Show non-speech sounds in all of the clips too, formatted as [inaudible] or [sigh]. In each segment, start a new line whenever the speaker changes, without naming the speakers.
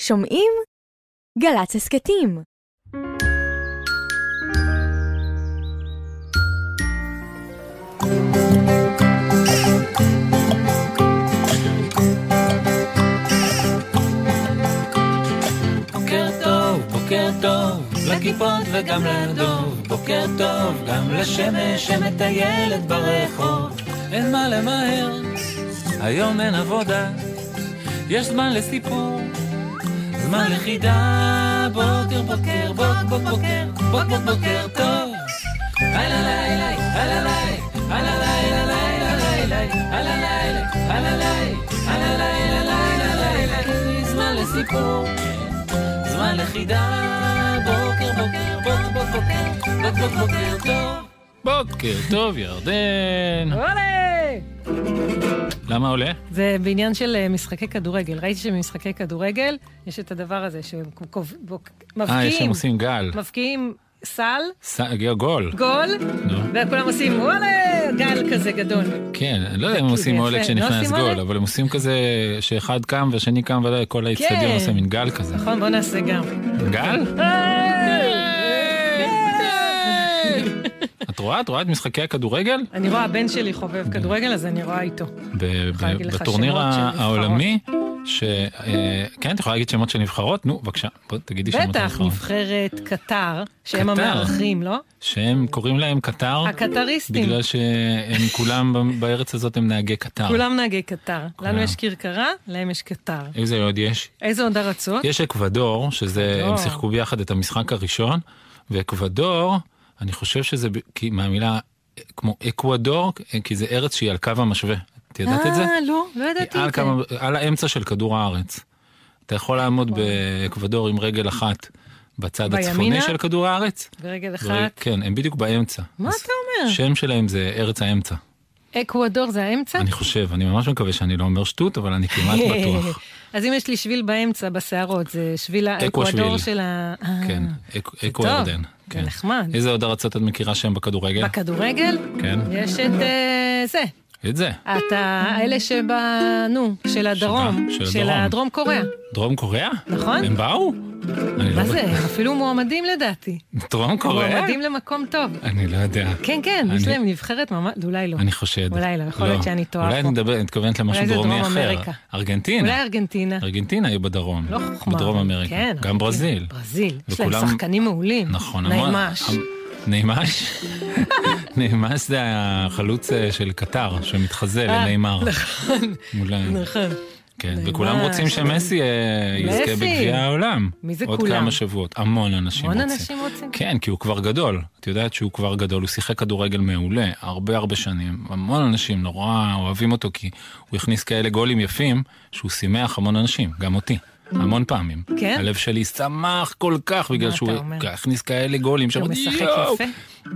שומעים? גל"צ הסכתים.
בוקר טוב, בוקר טוב, לכיפות וגם לדוב. בוקר טוב, גם לשמש שמטיילת ברחוב. אין מה למהר, היום אין עבודה. יש זמן לסיפור, זמן לחידה. בוקר, בוקר, בוק, בוק, בוקר, בוקר, בוקר טוב. הלא לילה, הלא לילה, הלא לילה, לילה, לילה, הלא לילה, הלא לילה, הלא לילה, לילה, לילה. זמן לסיפור. זמן לחידה, בוקר בוקר בוק בוק בוקר, בוק בוק בוקר טוב. בוקר טוב, ירדן.
וואלה!
למה עולה?
זה בעניין של אה, משחקי כדורגל. ראיתי שבמשחקי כדורגל יש את הדבר הזה שהם קוב- בוק-
אה, יש שהם
מבקיעים,
עושים גל.
מבקיעים סל,
ס- גול.
גול,
נו.
וכולם עושים וואלה! גל כזה גדול.
כן, אני לא יודע אם הם
זה
עושים
יפה.
עולה
לא
כשנכנס
עושים
גול,
עולה?
אבל הם עושים כזה שאחד קם והשני קם ודאי כל האצטדיון
כן.
עושה מין גל כזה.
נכון, בוא נעשה גם.
גל?
[laughs] אה!
את רואה? את רואה את משחקי הכדורגל?
אני רואה, הבן שלי חובב כדורגל, אז אני רואה איתו.
ב-
יכולה להגיד
ב-
לך
בטורניר
שמות של נבחרות.
העולמי, ש... אה, כן, את יכולה להגיד שמות של נבחרות? נו, בבקשה, בוא תגידי שמות של
בטח,
נבחרות.
נבחרת קטר, שהם
נכון. קטר. אה.
המארחים, לא?
שהם קוראים להם קטר,
הקטריסטים.
בגלל שהם כולם ב- בארץ הזאת הם נהגי קטר.
כולם נהגי קטר.
כולם.
לנו יש כרכרה, להם יש קטר.
איזה עוד יש?
איזה עוד ארצות?
יש אקוודור, שזה,
אקוודור.
הם שיחקו ביחד את המשחק הראשון, ואקוודור, אני חושב שזה ב- כי מהמילה אה, כמו אקוודור, אה, כי זה ארץ שהיא על קו המשווה. את ידעת את זה?
אה, לא, לא
היא
ידעתי
על,
את זה.
כמה, על האמצע של כדור הארץ. אתה יכול לעמוד באקוודור עם רגל אחת בצד
נכון. בימינה?
הצפוני של כדור הארץ.
ברגל
ורגל-
אחת.
כן, הם בדיוק באמצע.
מה
אז
אתה אומר? אה.
שם שלהם זה ארץ האמצע.
אקוודור זה האמצע?
אני חושב, אני ממש מקווה שאני לא אומר שטות, אבל אני
[laughs]
כמעט בטוח.
אז אם יש לי שביל באמצע בשערות, זה שביל
אקוושביל.
האקוודור של ה... אה,
כן, אק- אקו ירדן.
זה
כן.
נחמד.
איזה עוד ארצות את מכירה שהם בכדורגל?
בכדורגל
כן,
יש את אה, זה.
את זה.
אתה, אלה שב... נו, של הדרום.
של
של
הדרום.
הדרום קוריאה.
דרום קוריאה?
נכון.
הם באו? אני לא
מה זה?
בטוח.
הם אפילו מועמדים לדעתי.
דרום קוריאה?
מועמדים למקום טוב.
אני לא יודע.
כן, כן, יש
אני-
להם נבחרת ממש... אולי לא.
אני חושד.
אולי לא, יכול להיות שאני טועה
אולי
פה.
אני מדברת, מתכוונת למשהו
אולי זה
דרומי
דרום
אחר.
אמריקה. אולי
ארגנטינה.
ארגנטינה.
ארגנטינה היא בדרום.
לא חוכמה.
בדרום אמריקה.
כן, ארגנטינה.
גם ברזיל.
ברזיל. יש להם
וכולם-
שחקנים מעולים.
נכון. המון-
נעימש.
המ- נעימש? [laughs] נעימש זה החלוץ אה, של קטר שמתחזה
אה,
לנעימר. מול ה-
נכון.
כן,
נעימש.
וכולם רוצים שמסי אה, יזכה
מסי.
בגביע העולם.
מי זה
עוד
כולם?
כמה שבועות. המון אנשים
המון
רוצים.
אנשים רוצים.
כן, כי הוא כבר גדול. את יודעת שהוא כבר גדול, הוא שיחק כדורגל מעולה, הרבה הרבה שנים. המון אנשים נורא אוהבים אותו, כי הוא הכניס כאלה גולים יפים, שהוא שימח המון אנשים, גם אותי. המון פעמים.
כן?
הלב שלי שמח כל כך בגלל
מה
שהוא
אתה אומר?
הכניס כאלה גולים.
הוא
שאמרתי,
משחק
"יואו,
יפה."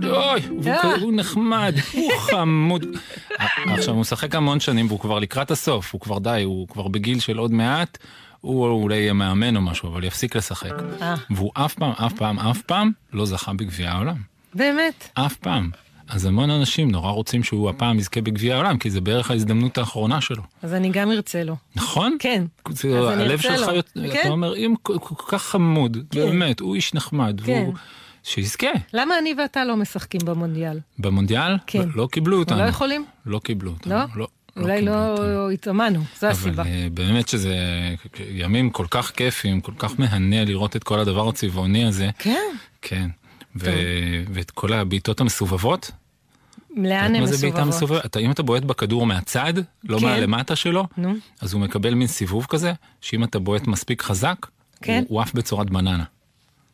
אוי, הוא
אה.
כ- הוא נחמד, הוא חמוד. עכשיו, הוא משחק המון שנים והוא כבר לקראת הסוף, הוא כבר די, הוא כבר בגיל של עוד מעט, הוא אולי יהיה מאמן או משהו, אבל יפסיק לשחק.
אה.
והוא אף פעם, אף פעם, אף פעם לא זכה בגביע העולם.
באמת.
אף פעם. אז המון אנשים נורא רוצים שהוא הפעם יזכה בגביע העולם, כי זה בערך ההזדמנות האחרונה שלו.
אז אני גם ארצה לו.
נכון?
כן.
זה-
אז אני
הלב
ארצה
שלך,
לו.
יוצ-
כן.
אתה אומר, אם כל כל כך חמוד, באמת, הוא איש נחמד,
כן.
והוא... שיזכה.
למה אני ואתה לא משחקים במונדיאל?
במונדיאל?
כן.
לא קיבלו אותנו.
לא יכולים?
לא קיבלו אותנו.
לא?
לא
אולי
קיבלו
לא
אותנו.
התאמנו, זו
אבל
הסיבה.
אה, באמת שזה ימים כל כך כיפים, כל כך מהנה לראות את כל הדבר הצבעוני הזה.
כן.
כן. ו... ואת כל הבעיטות המסובבות.
לאן הם
מה זה בעיטה
מסובבות?
מסובבת? אתה- אם אתה בועט בכדור מהצד, לא
כן.
מהלמטה שלו,
נו.
אז הוא מקבל מין סיבוב כזה, שאם אתה בועט מספיק חזק,
כן.
הוא- הוא עף בצורת בננה.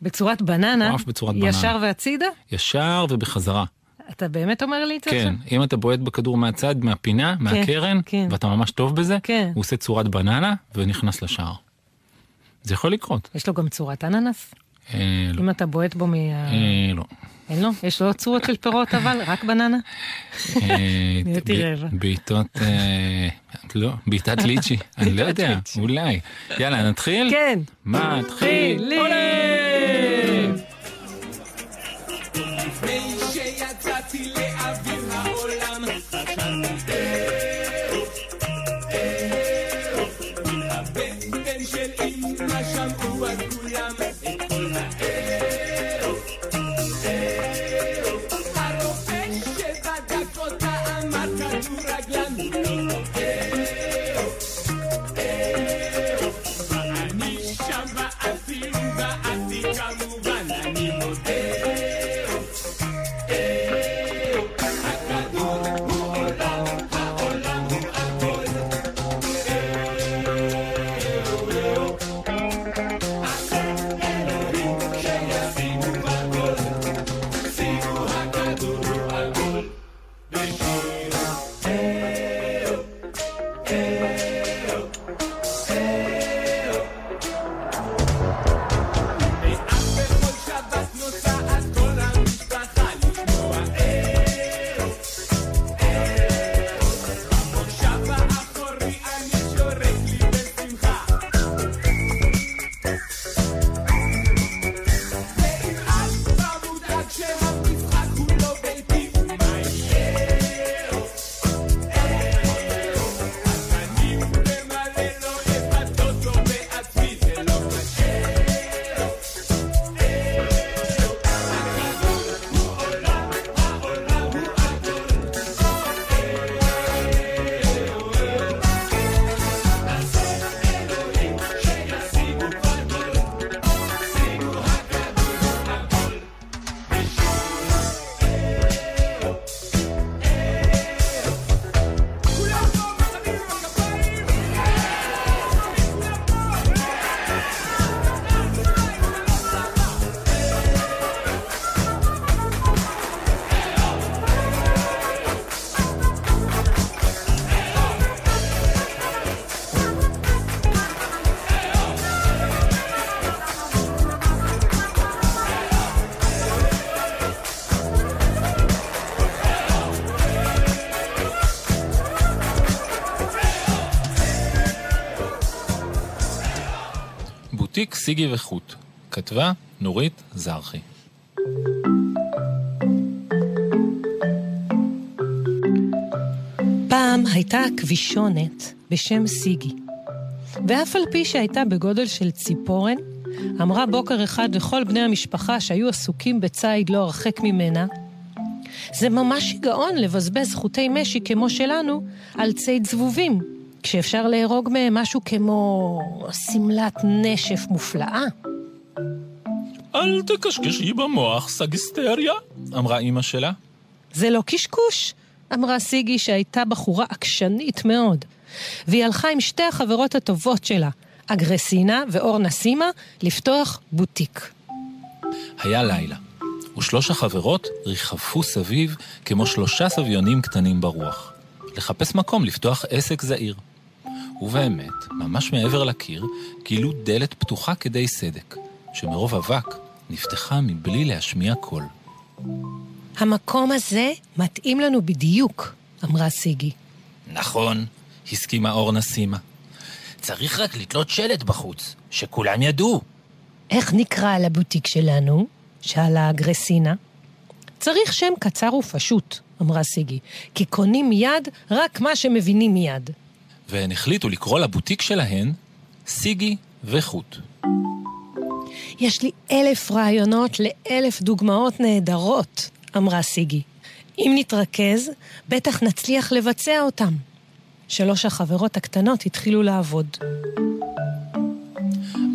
בצורת בננה?
הוא עף בצורת
ישר והצידה?
ישר ובחזרה.
אתה באמת אומר לי את זה עכשיו?
כן, אם אתה בועט בכדור מהצד, מהפינה, מהקרן,
כן.
ואתה ממש טוב בזה,
כן.
הוא עושה צורת בננה ונכנס לשער. זה יכול לקרות.
יש לו גם צורת אננס?
אה, לא.
אם אתה בועט בו מה...
אה, לא.
אין לו? יש לו צורות של פירות אבל? רק בננה?
אה,
[laughs] נהייתי
ב-
רעבה.
בעיטות, אה, לא,
[laughs]
בעיטת ליצ'י, אני לא יודע,
ליצ'י.
אולי. יאללה, נתחיל? [laughs]
כן.
מתחיל.
חילי!
לפני שיצאתי לאוויר העולם, חשבתי אה, אה, הבטן של אמא שם
תיק סיגי וחוט. כתבה נורית זרחי.
פעם הייתה עכבישונת בשם סיגי, ואף על פי שהייתה בגודל של ציפורן, אמרה בוקר אחד לכל בני המשפחה שהיו עסוקים בציד לא הרחק ממנה, זה ממש שיגעון לבזבז חוטי משי כמו שלנו על ציד זבובים, כשאפשר לארוג מהם משהו כמו שמלת נשף מופלאה.
אל תקשקשי במוח, סגיסטריה, אמרה אמא שלה.
זה לא קשקוש, אמרה סיגי שהייתה בחורה עקשנית מאוד. והיא הלכה עם שתי החברות הטובות שלה, אגרסינה ואורנה סימה, לפתוח בוטיק.
היה לילה, ושלוש החברות ריחפו סביב כמו שלושה סביונים קטנים ברוח. לחפש מקום לפתוח עסק זעיר. ובאמת, ממש מעבר לקיר, גילו דלת פתוחה כדי סדק, שמרוב אבק נפתחה מבלי להשמיע קול.
המקום הזה מתאים לנו בדיוק, אמרה סיגי.
נכון, הסכימה אורנה סימה. צריך רק לתלות שלט בחוץ, שכולם ידעו.
איך נקרא על הבוטיק שלנו? שאלה אגרסינה. צריך שם קצר ופשוט, אמרה סיגי, כי קונים מיד רק מה שמבינים מיד.
והן החליטו לקרוא לבוטיק שלהן סיגי וחוט.
יש לי אלף רעיונות לאלף דוגמאות נהדרות, אמרה סיגי. אם נתרכז, בטח נצליח לבצע אותם. שלוש החברות הקטנות התחילו לעבוד.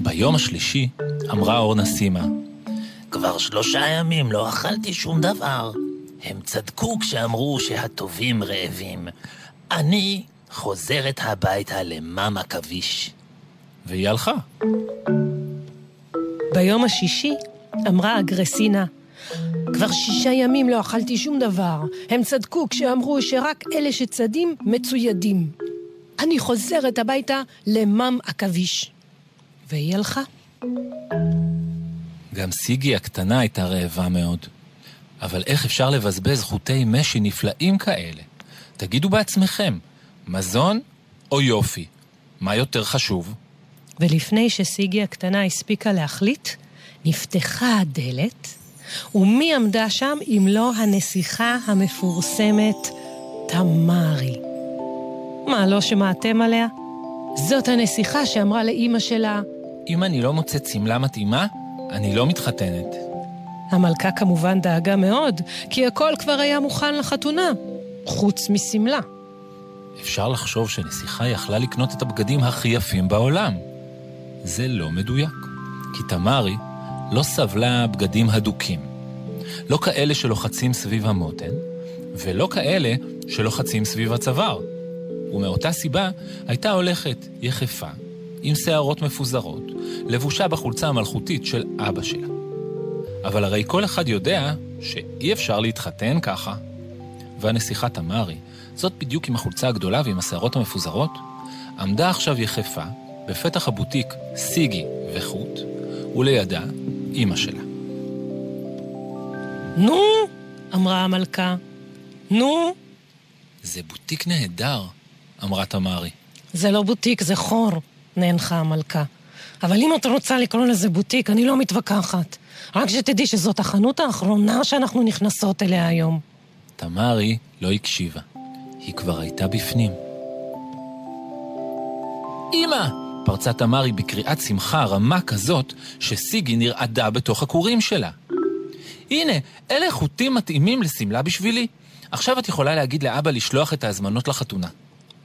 ביום השלישי אמרה אורנה סימה,
כבר שלושה ימים לא אכלתי שום דבר. הם צדקו כשאמרו שהטובים רעבים. אני חוזרת הביתה למאמה עכביש.
והיא הלכה.
ביום השישי אמרה אגרסינה, כבר שישה ימים לא אכלתי שום דבר. הם צדקו כשאמרו שרק אלה שצדים מצוידים. אני חוזרת הביתה למם עכביש. והיא הלכה.
גם סיגי הקטנה הייתה רעבה מאוד. אבל איך אפשר לבזבז חוטי משי נפלאים כאלה? תגידו בעצמכם, מזון או יופי? מה יותר חשוב?
ולפני שסיגי הקטנה הספיקה להחליט, נפתחה הדלת, ומי עמדה שם אם לא הנסיכה המפורסמת תמרי. מה, לא שמעתם עליה? זאת הנסיכה שאמרה לאימא שלה,
אם אני לא מוצאת שמלה מתאימה, אני לא מתחתנת.
המלכה כמובן דאגה מאוד, כי הכל כבר היה מוכן לחתונה, חוץ משמלה.
אפשר לחשוב שנסיכה יכלה לקנות את הבגדים הכי יפים בעולם. זה לא מדויק, כי תמרי לא סבלה בגדים הדוקים. לא כאלה שלוחצים סביב המותן, ולא כאלה שלוחצים סביב הצוואר. ומאותה סיבה הייתה הולכת יחפה, עם שערות מפוזרות, לבושה בחולצה המלכותית של אבא שלה. אבל הרי כל אחד יודע שאי אפשר להתחתן ככה. והנסיכה תמרי, זאת בדיוק עם החולצה הגדולה ועם השערות המפוזרות, עמדה עכשיו יחפה בפתח הבוטיק סיגי וחוט, ולידה אימא שלה.
נו! אמרה המלכה. נו!
זה בוטיק נהדר, אמרה תמרי.
זה לא בוטיק, זה חור, נאנחה המלכה. אבל אם את רוצה לקרוא לזה בוטיק, אני לא מתווכחת. רק שתדעי שזאת החנות האחרונה שאנחנו נכנסות אליה היום.
תמרי לא הקשיבה. היא כבר הייתה בפנים. אמא! פרצה תמרי בקריאת שמחה רמה כזאת, שסיגי נרעדה בתוך הכורים שלה. הנה, אלה חוטים מתאימים לשמלה בשבילי. עכשיו את יכולה להגיד לאבא לשלוח את ההזמנות לחתונה.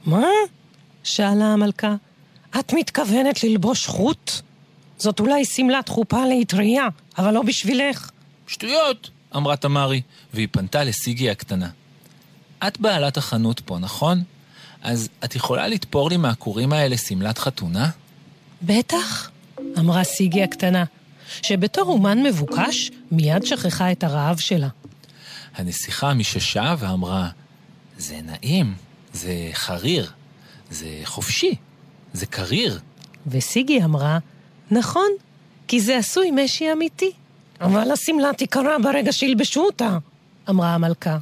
מה? שאלה המלכה. את מתכוונת ללבוש חוט? זאת אולי שמלת חופה לאטריה, אבל לא בשבילך.
שטויות! אמרה תמרי, והיא פנתה לסיגי הקטנה. את בעלת החנות פה, נכון? אז את יכולה לתפור לי מהכורים האלה שמלת חתונה?
בטח, אמרה סיגי הקטנה, שבתור אומן מבוקש, מיד שכחה את הרעב שלה.
הנסיכה מיששה ואמרה, זה נעים, זה חריר, זה חופשי, זה קריר.
וסיגי אמרה, נכון, כי זה עשוי משי אמיתי. אבל השמלה תיקרע ברגע שילבשו אותה, אמרה המלכה.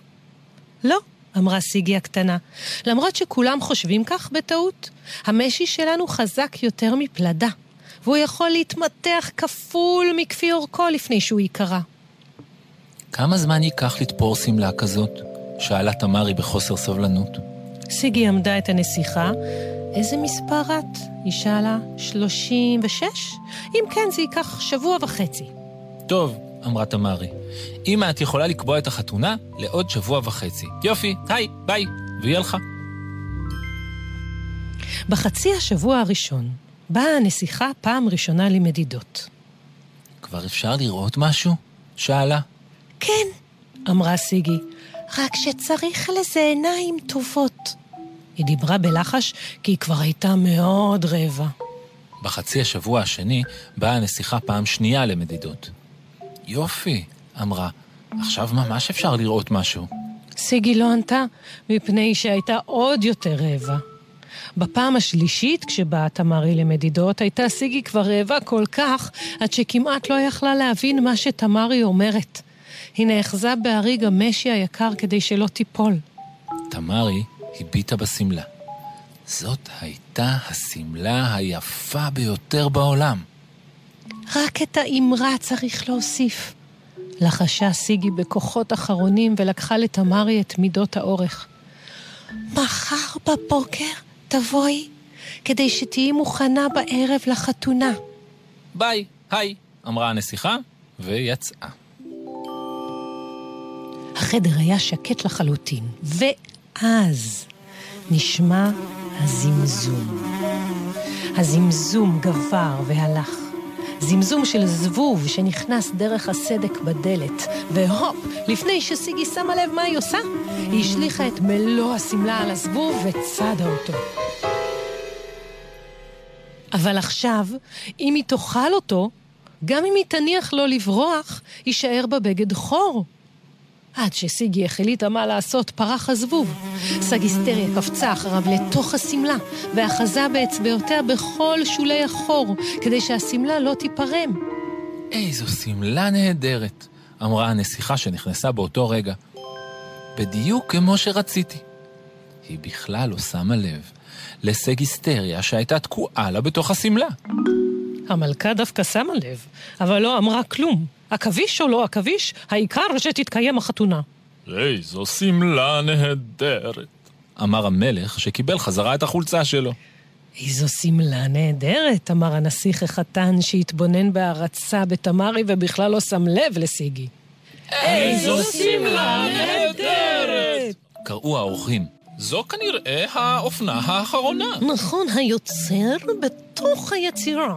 לא, אמרה סיגי הקטנה. למרות שכולם חושבים כך בטעות, המשי שלנו חזק יותר מפלדה, והוא יכול להתמתח כפול מכפי אורכו לפני שהוא ייקרע.
כמה זמן ייקח לתפור שמלה כזאת? שאלה תמרי בחוסר סבלנות.
סיגי עמדה את הנסיכה. איזה מספר את? היא שאלה. שלושים ושש? אם כן, זה ייקח שבוע וחצי.
טוב, אמרה תמרי. אמא, את יכולה לקבוע את החתונה לעוד שבוע וחצי. יופי, היי, ביי. והיא הלכה.
בחצי השבוע הראשון באה הנסיכה פעם ראשונה למדידות.
כבר אפשר לראות משהו? שאלה.
כן, אמרה סיגי, רק שצריך לזה עיניים טובות. היא דיברה בלחש כי היא כבר הייתה מאוד רעבה.
בחצי השבוע השני באה הנסיכה פעם שנייה למדידות. יופי, אמרה, עכשיו ממש אפשר לראות משהו.
סיגי לא ענתה, מפני שהייתה עוד יותר רעבה. בפעם השלישית, כשבאה תמרי למדידות, הייתה סיגי כבר רעבה כל כך, עד שכמעט לא יכלה להבין מה שתמרי אומרת. היא נאחזה בהריג המשי היקר כדי שלא תיפול.
תמרי הביטה בשמלה. זאת הייתה השמלה היפה ביותר בעולם.
רק את האמרה צריך להוסיף. לחשה סיגי בכוחות אחרונים ולקחה לתמרי את מידות האורך. מחר בבוקר תבואי, כדי שתהיי מוכנה בערב לחתונה.
ביי, היי, אמרה הנסיכה, ויצאה.
החדר היה שקט לחלוטין, ואז נשמע הזמזום. הזמזום גבר והלך. זמזום של זבוב שנכנס דרך הסדק בדלת, והופ, לפני שסיגי שמה לב מה היא עושה, היא השליכה את מלוא השמלה על הזבוב וצדה אותו. אבל עכשיו, אם היא תאכל אותו, גם אם היא תניח לו לברוח, יישאר בה בגד חור. עד שסיגי החליטה מה לעשות, פרח הזבוב. סגיסטריה קפצה אחריו לתוך השמלה, ואחזה באצבעותיה בכל שולי החור, כדי שהשמלה לא תיפרם.
איזו שמלה נהדרת, אמרה הנסיכה שנכנסה באותו רגע. בדיוק כמו שרציתי. היא בכלל לא שמה לב לסגיסטריה שהייתה תקועה לה בתוך השמלה.
המלכה דווקא שמה לב, אבל לא אמרה כלום. עכביש או לא עכביש, העיקר שתתקיים החתונה.
איזו שמלה נהדרת, אמר המלך שקיבל חזרה את החולצה שלו.
איזו שמלה נהדרת, אמר הנסיך החתן שהתבונן בהערצה בתמרי ובכלל לא שם לב לסיגי.
איזו שמלה נהדרת!
קראו האורחים. זו כנראה האופנה האחרונה.
נכון, היוצר בתוך היצירה.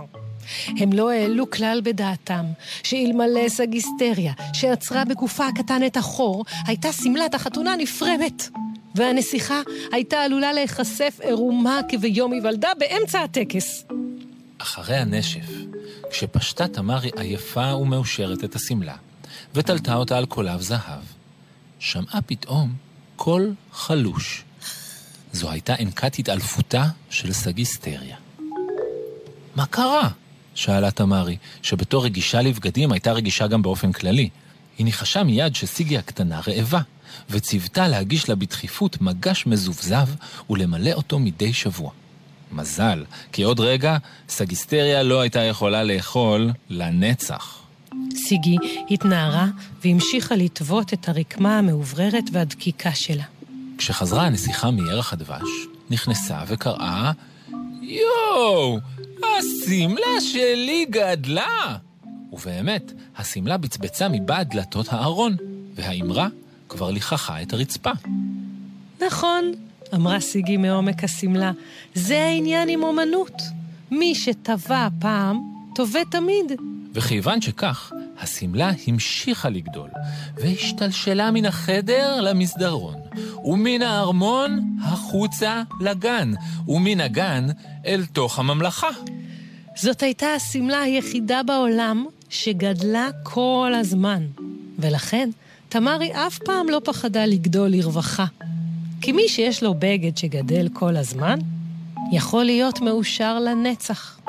הם לא העלו כלל בדעתם שאלמלא סגיסטריה, שעצרה בגופה הקטן את החור, הייתה שמלת החתונה נפרמת. והנסיכה הייתה עלולה להיחשף עירומה כביום היוולדה באמצע הטקס.
אחרי הנשף, כשפשטה תמרי עייפה ומאושרת את השמלה, ותלתה אותה על קולב זהב, שמעה פתאום קול חלוש. זו הייתה ענקת התעלפותה של סגיסטריה. מה קרה? שאלה תמרי, שבתור רגישה לבגדים הייתה רגישה גם באופן כללי. היא ניחשה מיד שסיגי הקטנה רעבה, וציוותה להגיש לה בדחיפות מגש מזובזב ולמלא אותו מדי שבוע. מזל, כי עוד רגע סגיסטריה לא הייתה יכולה לאכול לנצח.
סיגי התנערה והמשיכה לטוות את הרקמה המאובררת והדקיקה שלה.
כשחזרה הנסיכה מירח הדבש, נכנסה וקראה, יואו! השמלה שלי גדלה! ובאמת, השמלה בצבצה מבעד דלתות הארון, והאמרה כבר ליככה את הרצפה.
נכון, אמרה סיגי מעומק השמלה, זה העניין עם אומנות. מי שטבע פעם, טובע תמיד.
וכיוון שכך, השמלה המשיכה לגדול, והשתלשלה מן החדר למסדרון, ומן הארמון החוצה לגן, ומן הגן אל תוך הממלכה.
זאת הייתה השמלה היחידה בעולם שגדלה כל הזמן, ולכן תמרי אף פעם לא פחדה לגדול לרווחה. כי מי שיש לו בגד שגדל כל הזמן, יכול להיות מאושר לנצח.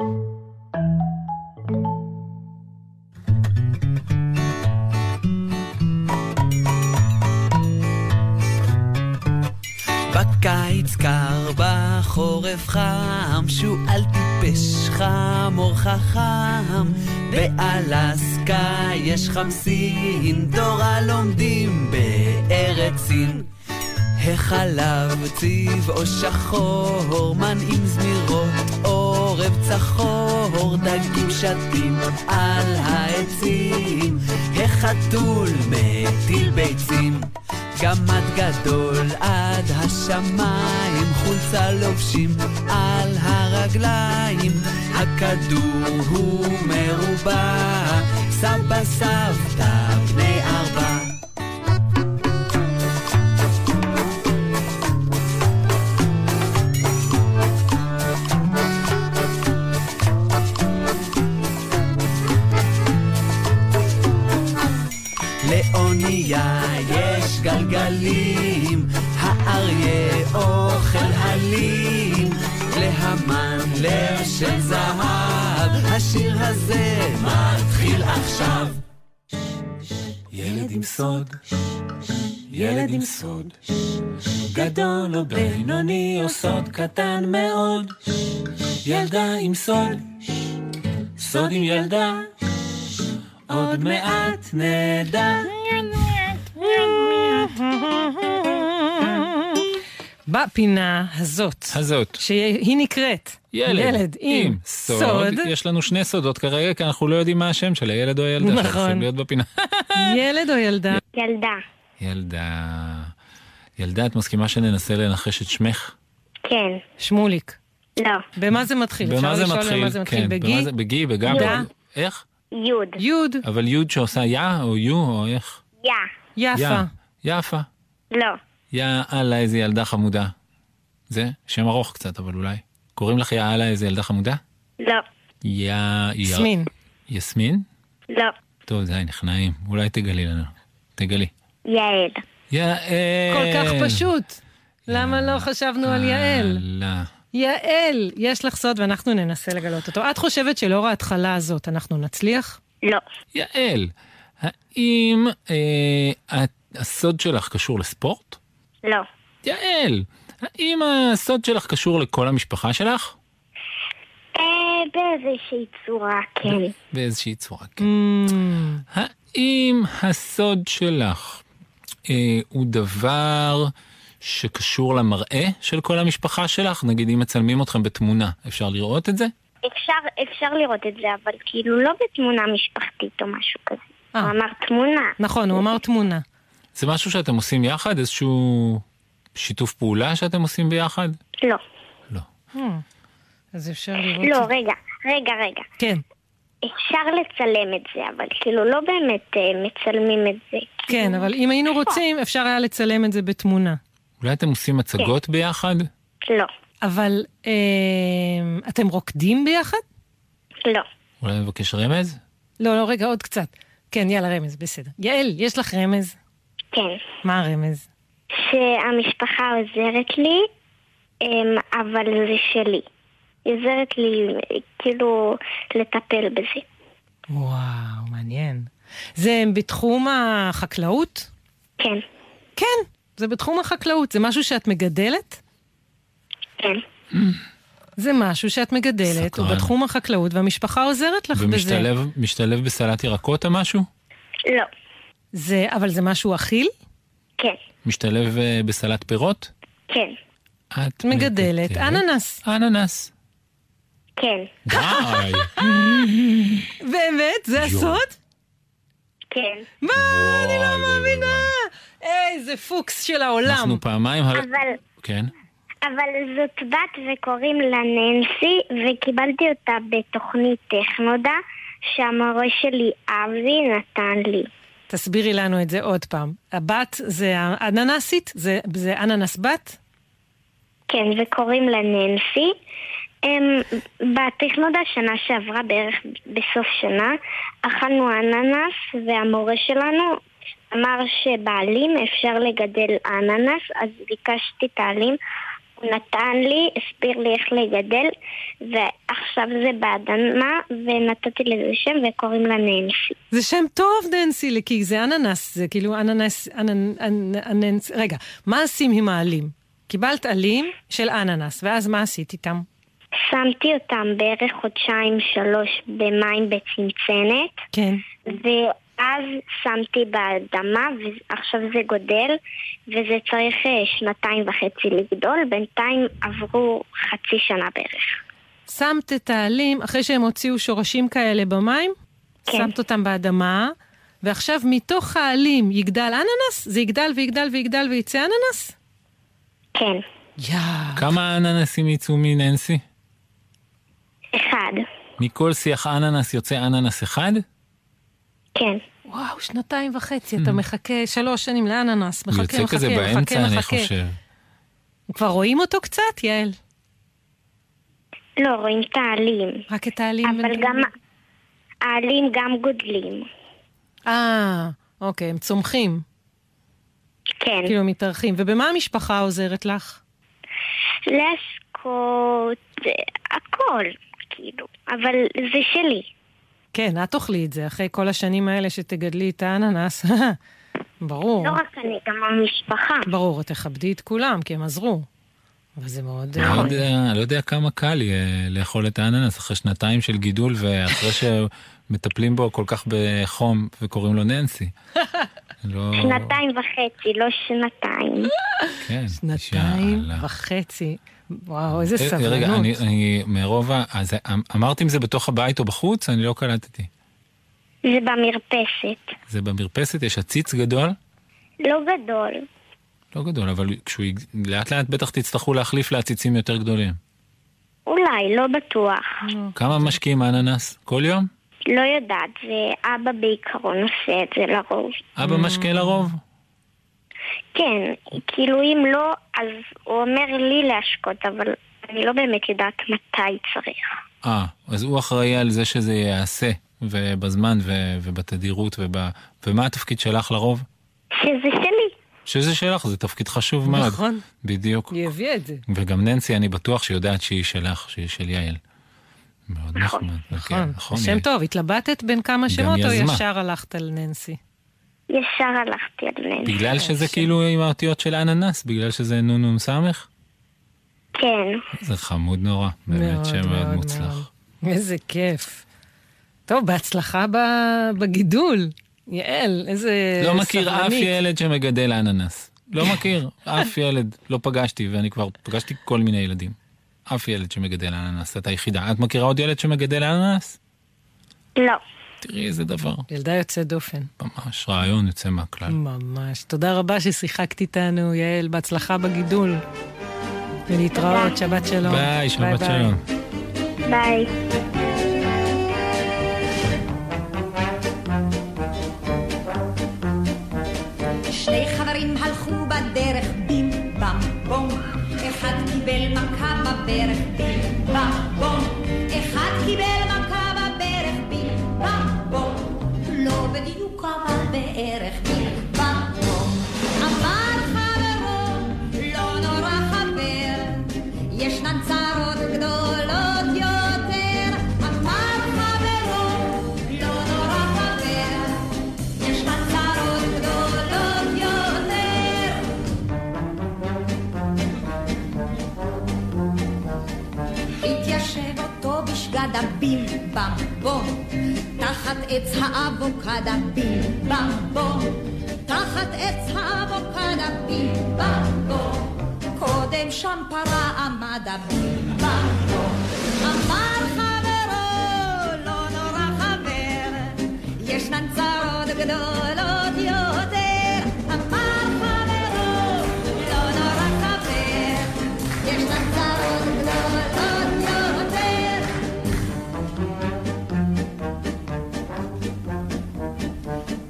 בקיץ קר, בחורף חם, שועל טיפש חם. שם אור חכם, באלסקה יש חמסין, דור הלומדים בארץ סין. החלב צבעו שחור, מנעים זמירות עורב צחור, דגים שתים על העצים, החתול מטיל ביצים. גמד גדול עד השמיים, חולצה לובשים על הרגליים, הכדור הוא מרובע, סבא סבתא בני ארבע. לאונייה יש גלגלים, האריה אוכל הלים, להמן לב של זהב, השיר הזה מתחיל עכשיו.
ילד עם סוד, ילד עם סוד, גדול או בינוני או סוד קטן מאוד, ילדה עם סוד, סוד עם ילדה, עוד מעט נדע.
בפינה הזאת,
הזאת,
שהיא נקראת
ילד,
ילד עם סוד,
יש לנו שני סודות כרגע, כי אנחנו לא יודעים מה השם של הילד או הילדה,
נכון.
שאנחנו צריכים להיות
[laughs]
בפינה.
ילד או ילדה?
ילדה.
ילדה, ילדה, את מסכימה שננסה לנחש את שמך?
כן.
שמוליק.
לא.
במה זה מתחיל?
במה זה
אפשר לשאול
מתחיל?
במה זה מתחיל?
כן,
בגי?
במה זה- בגי וגם...
דה.
איך?
יוד.
יוד,
אבל יוד שעושה יא או יו או איך?
יא.
יפה.
יא. יפה.
לא.
יאללה, איזה ילדה חמודה. זה? שם ארוך קצת, אבל אולי. קוראים לך יאללה, איזה ילדה חמודה?
לא.
יא... יא-
יסמין.
יסמין?
לא.
טוב, די, נכנעים. אולי תגלי לנו. תגלי.
יעל.
יעל.
כל כך פשוט. למה לא חשבנו על יעל?
יאללה.
יעל, יש לך סוד ואנחנו ננסה לגלות אותו. את חושבת שלאור ההתחלה הזאת אנחנו נצליח?
לא.
יעל, האם אה, את- הסוד שלך קשור לספורט?
לא.
יעל, האם הסוד שלך קשור לכל המשפחה שלך?
אה, באיזושהי צורה, כן.
באיזושהי צורה, כן. האם הסוד שלך אה, הוא דבר שקשור למראה של כל המשפחה שלך? נגיד אם מצלמים אתכם בתמונה, אפשר לראות את זה?
אפשר, אפשר לראות את זה, אבל כאילו לא בתמונה משפחתית או משהו כזה.
אה.
הוא אמר תמונה.
נכון, הוא אמר תמונה.
זה משהו שאתם עושים יחד? איזשהו שיתוף פעולה שאתם עושים ביחד?
לא.
אוקיי.
לא.
אז אפשר לראות...
לא,
את-
רגע. רגע, רגע.
כן,
אפשר לצלם את זה, אבל כאילו לא באמת אה, מצלמים את זה.
כן, אבל אם היינו רוצים, אפשר היה לצלם את זה בתמונה.
אולי אתם עושים
כן.
הצגות ביחד?
לא.
אבל אה, אתם רוקדים ביחד?
לא.
אולי נבקש רמז?
לא, לא, רגע, עוד קצת. כן, יאללה, רמז, בסדר. יעל, יש לך רמז?
כן.
מה הרמז?
שהמשפחה עוזרת לי, אמ, אבל זה שלי. היא עוזרת לי אה, כאילו לטפל בזה.
וואו, מעניין. זה בתחום החקלאות?
כן,
כן, זה בתחום החקלאות. זה משהו שאת מגדלת?
כן,
זה משהו שאת מגדלת,
סקרן.
הוא בתחום החקלאות, והמשפחה עוזרת לך בזה.
ומשתלב משתלב בסלט ירקות או משהו?
לא,
זה, אבל זה משהו אכיל?
כן,
משתלב אה, בסלט פירות?
כן,
את
מגדלת אננס.
אננס.
כן,
[laughs]
וואי,
לא. באמת? זה הסוד?
כן.
מה? אני לא מאמינה! איזה פוקס של העולם.
אנחנו פעמיים... ה-
אבל,
כן.
אבל זאת בת וקוראים לה ננסי, וקיבלתי אותה בתוכנית טכנודה, שהמורה שלי אבי נתן לי.
תסבירי לנו את זה עוד פעם. הבת זה האננסית? זה- זה אננס בת?
כן, וקוראים לה ננסי. הם, בטכנודה שנה שעברה, בערך בסוף שנה, אכלנו אננס, והמורה שלנו אמר שבעלים אפשר לגדל אננס, אז ביקשתי את העלים, הוא נתן לי, הסביר לי איך לגדל, ועכשיו זה באדמה, ונתתי לזה שם, וקוראים לה ננסי.
זה שם טוב, ננסי, כי זה אננס, זה כאילו אננס, אננ- אנ- אננס, רגע, מה עושים עם העלים? קיבלת עלים של אננס, ואז מה עשית איתם?
שמתי אותם בערך חודשיים-שלוש במים בצנצנת,
כן.
ואז שמתי באדמה, ועכשיו זה גודל, וזה צריך אה, שנתיים וחצי לגדול, בינתיים עברו חצי שנה בערך.
שמת את העלים, אחרי שהם הוציאו שורשים כאלה במים,
כן.
שמת אותם באדמה, ועכשיו מתוך העלים יגדל אננס, זה יגדל ויגדל ויגדל ויצא אננס?
כן,
יאה.
כמה אננסים יצאו מננסי?
אחד,
מכל שיח אננס יוצא אננס אחד?
כן.
וואו, שנתיים וחצי, אתה מחכה שלוש שנים לאננס, מחכה, מחכה,
Mm. יוצא
מחכה,
כזה באמצע,
מחכה.
אני חושב.
כבר רואים אותו קצת, יעל?
לא, רואים את העלים,
רק את העלים.
אבל
בין-
גם העלים גם גודלים.
אה, אוקיי, הם צומחים,
כן.
כאילו הם מתארחים. ובמה המשפחה עוזרת לך?
לסקוט, אה, הכל, כאילו. אבל זה שלי.
כן, את תאכלי את זה, אחרי כל השנים האלה שתגדלי את האננס. [laughs] ברור.
לא רק אני, גם המשפחה.
ברור, תכבדי את כולם, כי הם עזרו. אבל זה מאוד... אה,
אני לא יודע- לא יודע כמה קל לי אה, לאכול את האננס אחרי שנתיים של גידול ואחרי שמטפלים בו כל כך בחום וקוראים לו ננסי. לא,
שנתיים וחצי, לא שנתיים.
כן.
שנתיים
יאללה.
וחצי. וואו, איזה
אה, רגע, אני,
סבלנות.
אני מרוב ה... אז אמ- אמרת אם זה בתוך הבית או בחוץ? אני לא קלטתי.
זה במרפסת.
זה במרפסת, יש עציץ גדול?
לא גדול.
לא גדול, אבל כשהוא... יג- לאט לאט בטח תצטרכו להחליף לעציצים יותר גדולים.
אולי, לא בטוח.
כמה משקיעים אננס? כל יום?
לא יודעת, זה אבא בעיקרון עושה את זה לרוב.
אבא משקה לרוב?
כן, כאילו אם לא, אז הוא אומר לי להשקות, אבל אני לא באמת יודעת מתי צריך.
אה, אז הוא אחראי על זה שזה ייעשה, ובזמן, ו- ובתדירות, וב... ומה התפקיד שלך לרוב?
שזה שלי.
שזה שלך, זה תפקיד חשוב מאוד.
נכון.
בדיוק.
היא הביאה את זה.
וגם ננסי, אני בטוח שיודעת שהיא שלך, שהיא של יעל. מאוד נחמד. כן,
נכון.
יעל?
שם טוב, התלבטת בין כמה שמות או
יזמה.
ישר הלכת על ננסי?
ישר הלכתי על ננסי.
כן,
בגלל שזה כאילו עם האותיות של אננס, בגלל שזה נ"נ סמך?
כן.
זה חמוד נורא, באמת
מאוד,
שם מאוד
מאוד,
מוצלח.
איזה כיף. טוב, בהצלחה ב- בגידול. יעל, איזה
לא מכיר אף
אה, סבלנית.
ילד שמגדל אננס. לא מכיר, אף ילד. לא פגשתי, ואני כבר פגשתי כל מיני ילדים. אף ילד שמגדל אננס, את היחידה. את מכירה עוד ילד שמגדל אננס?
לא.
תראי איזה דבר.
ילדה יוצאת דופן.
ממש רעיון יוצא מהכלל.
לא. ממש. תודה רבה ששיחקת איתנו, יעל. בהצלחה בגידול. ולהתראות, שבת שלום.
ביי, שבת
ביי.
שלום.
ביי.
שני חברים הלכו בדרך בים בם בום אחד קיבל מכה בברך בים בם בום אחד קיבל מכה בברך בים בם בום לא בדיוק אבל בערך בים בם בום אמר חברו לא נורא חבר ישנן צרות גדולות יותר אמר חברו לא נורא חבר יש כאן צרות גדולות יותר. התיישב אותו בשגדה בים בם בום, תחת עץ האבוקדה בים בם בום, תחת עץ האבוקדה בים בם בום, קודם שם פרה עמדה בים בם בום. אמר חברו, לא נורא חבר, ישנן צרות גדולות יותר. אמר חברו, לא נורא חבר, ישנן צרות גדולות יותר.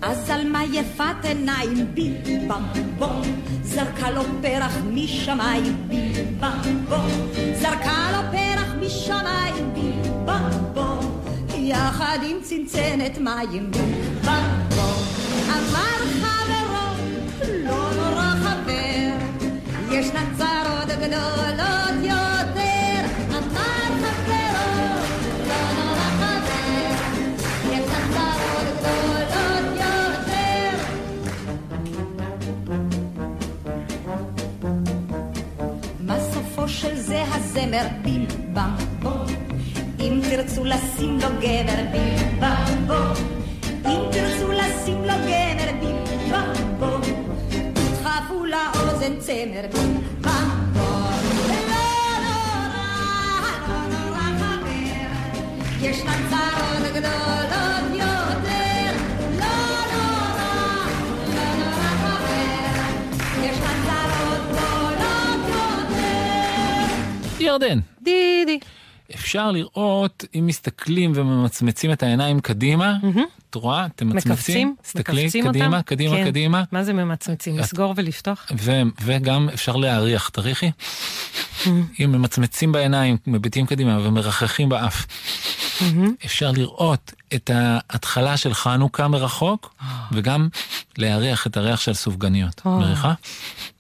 אז על מה יפת עיניים בי בם בום זרקה לו פרח משמיים בי בם בום זרקה לו פרח משמיים בי בם בום יחד עם צנצנת מים בי בם בום אמר חברו לא נורא חבר ישנן צרות גדולות יותר אמר חברו לא נורא חבר ישנן צרות גדולות יותר מה סופו של זה הזמר בים בם תרצו לשים לו גבר בלבבו, אם תרצו לשים לו גבר בלבבו, תדחפו לאוזן צמר בלבבו. לא נורא, לא נורא חבר, ישנן צרות גדולות יותר. לא נורא, לא נורא חבר, ישנן צרות גדולות יותר.
ירדן,
דידי.
אפשר לראות, אם מסתכלים וממצמצים את העיניים קדימה, את רואה? אתם מצמצים?
מכווצים?
תסתכלי,
מכווצים
קדימה,
אותם?
קדימה,
כן.
קדימה. אה.
מה זה ממצמצים? לסגור ולפתוח?
ו- וגם אפשר להריח, תריחי. אם ממצמצים בעיניים, מביטים קדימה ומרחכים באף, אפשר לראות את ההתחלה של חנוכה מרחוק, וגם להריח את הריח של סופגניות.
או.
מריחה?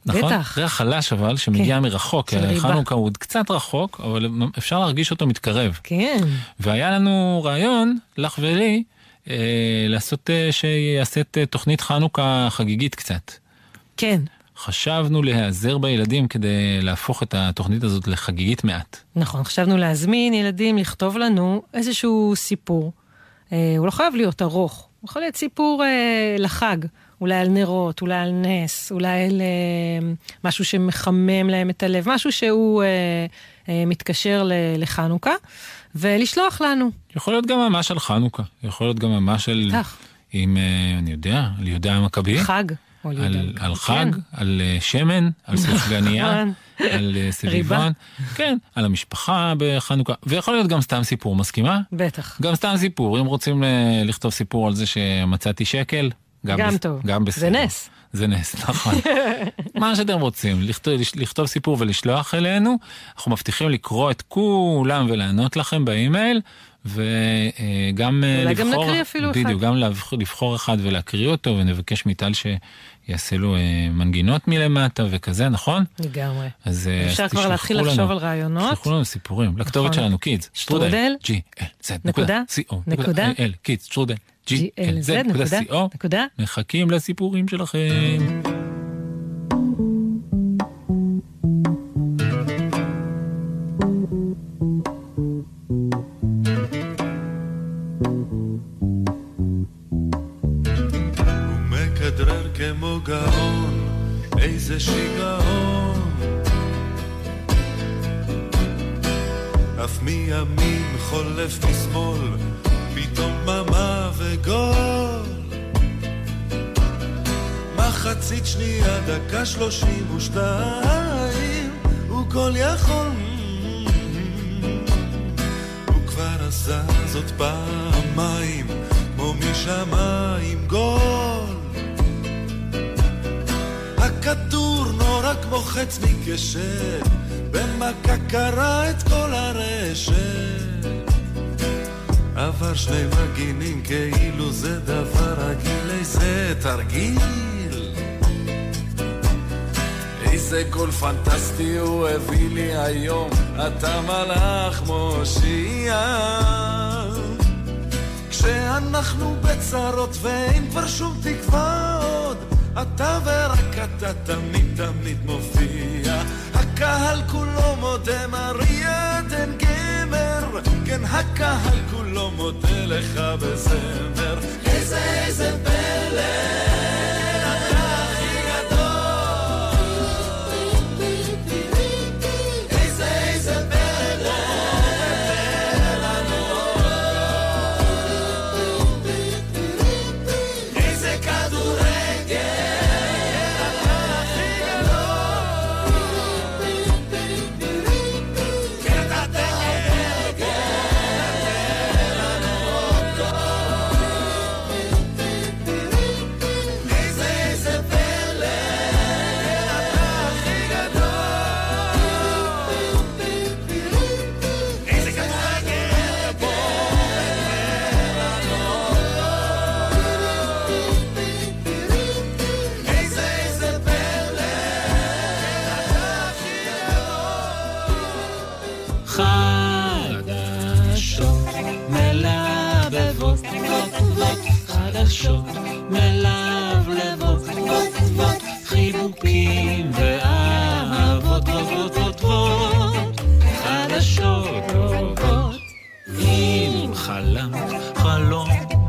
נכון?
בטח. כן.
ריח חלש אבל, שמגיע מרחוק,
של ריבה.
חנוכה הוא עוד קצת רחוק, אבל אפשר להרגיש אותו מתקרב.
כן.
והיה לנו רעיון, לך ולי, אה, לעשות, אה, שיעשית אה, תוכנית חנוכה חגיגית קצת.
כן,
חשבנו להיעזר בילדים כדי להפוך את התוכנית הזאת לחגיגית מעט.
נכון. חשבנו להזמין ילדים לכתוב לנו איזשהו סיפור. אה, הוא לא חייב להיות ארוך. הוא יכול להיות סיפור אה, לחג. אולי על נרות, אולי על נס, אולי על אה, משהו שמחמם להם את הלב, משהו שהוא אה, אה, מתקשר ל- לחנוכה, ולשלוח לנו.
יכול להיות גם ממש על חנוכה, יכול להיות גם ממש על...
בטח.
עם, אה, אני יודע, על יהודה המכבי.
חג. או לא
כן. על,
יודע.
על חג,
כן.
על אה, שמן, על סופגניה,
נכון.
על אה, סביבון, כן, על המשפחה בחנוכה, ויכול להיות גם סתם סיפור, מסכימה?
בטח.
גם סתם סיפור, אם רוצים אה, לכתוב סיפור על זה שמצאתי שקל,
גם
בס-
טוב.
גם בסדר.
זה נס.
זה נס, [laughs] נכון. מה שאתם רוצים, לכתוב, לכתוב סיפור ולשלוח אלינו, אנחנו מבטיחים לקרוא את כולם ולענות לכם באימייל, וגם
אולי גם
אה, לבחור...
נקריא אפילו אחד.
בדיוק, גם לבח- לבחור אחד ולהקריא אותו, ונבקש מטל שיעשה לו אה, מנגינות מלמטה וכזה, נכון?
לגמרי.
אז אה,
אפשר
אז
כבר
תשלחו
להתחיל
לנו.
לחשוב על רעיונות.
שלחו לנו סיפורים, לכתובת
נכון.
שלנו, kids,
שטרודל, נקודה, נקודה,
co.il, kids, שטרודל, כן,
glz, אה, נקודה,
glz.co,
נקודה.
מחכים לסיפורים שלכם.
הוא מכדרר כמו גאון, איזה שיגעון. אף מימין חולף משמאל, פתאום דממה וגול. מחצית שנייה, דקה שלושים ושתיים, הוא כל יכול. הוא כבר עשה זאת פעמיים, כמו משמיים גול. הכדור נורא כמו חץ מקשת, במכה קרה את כל הרשת. עבר שני מגינים כאילו זה דבר רגיל, איזה תרגיל. איזה גול פנטסטי הוא הביא לי היום, אתה מלאך מושיע. כשאנחנו בצרות ואין כבר שום תקווה עוד, אתה ורק אתה תמיד תמיד מופיע. הקהל כולו מודה מריה דן גמר, כן הקהל כולו מודה לך בזמר. איזה איזה פלא, אתה הכי גדול. איזה איזה פלא, איזה כדורגל, אתה הכי גדול. כן, אתה דגל, תן לנו אותו.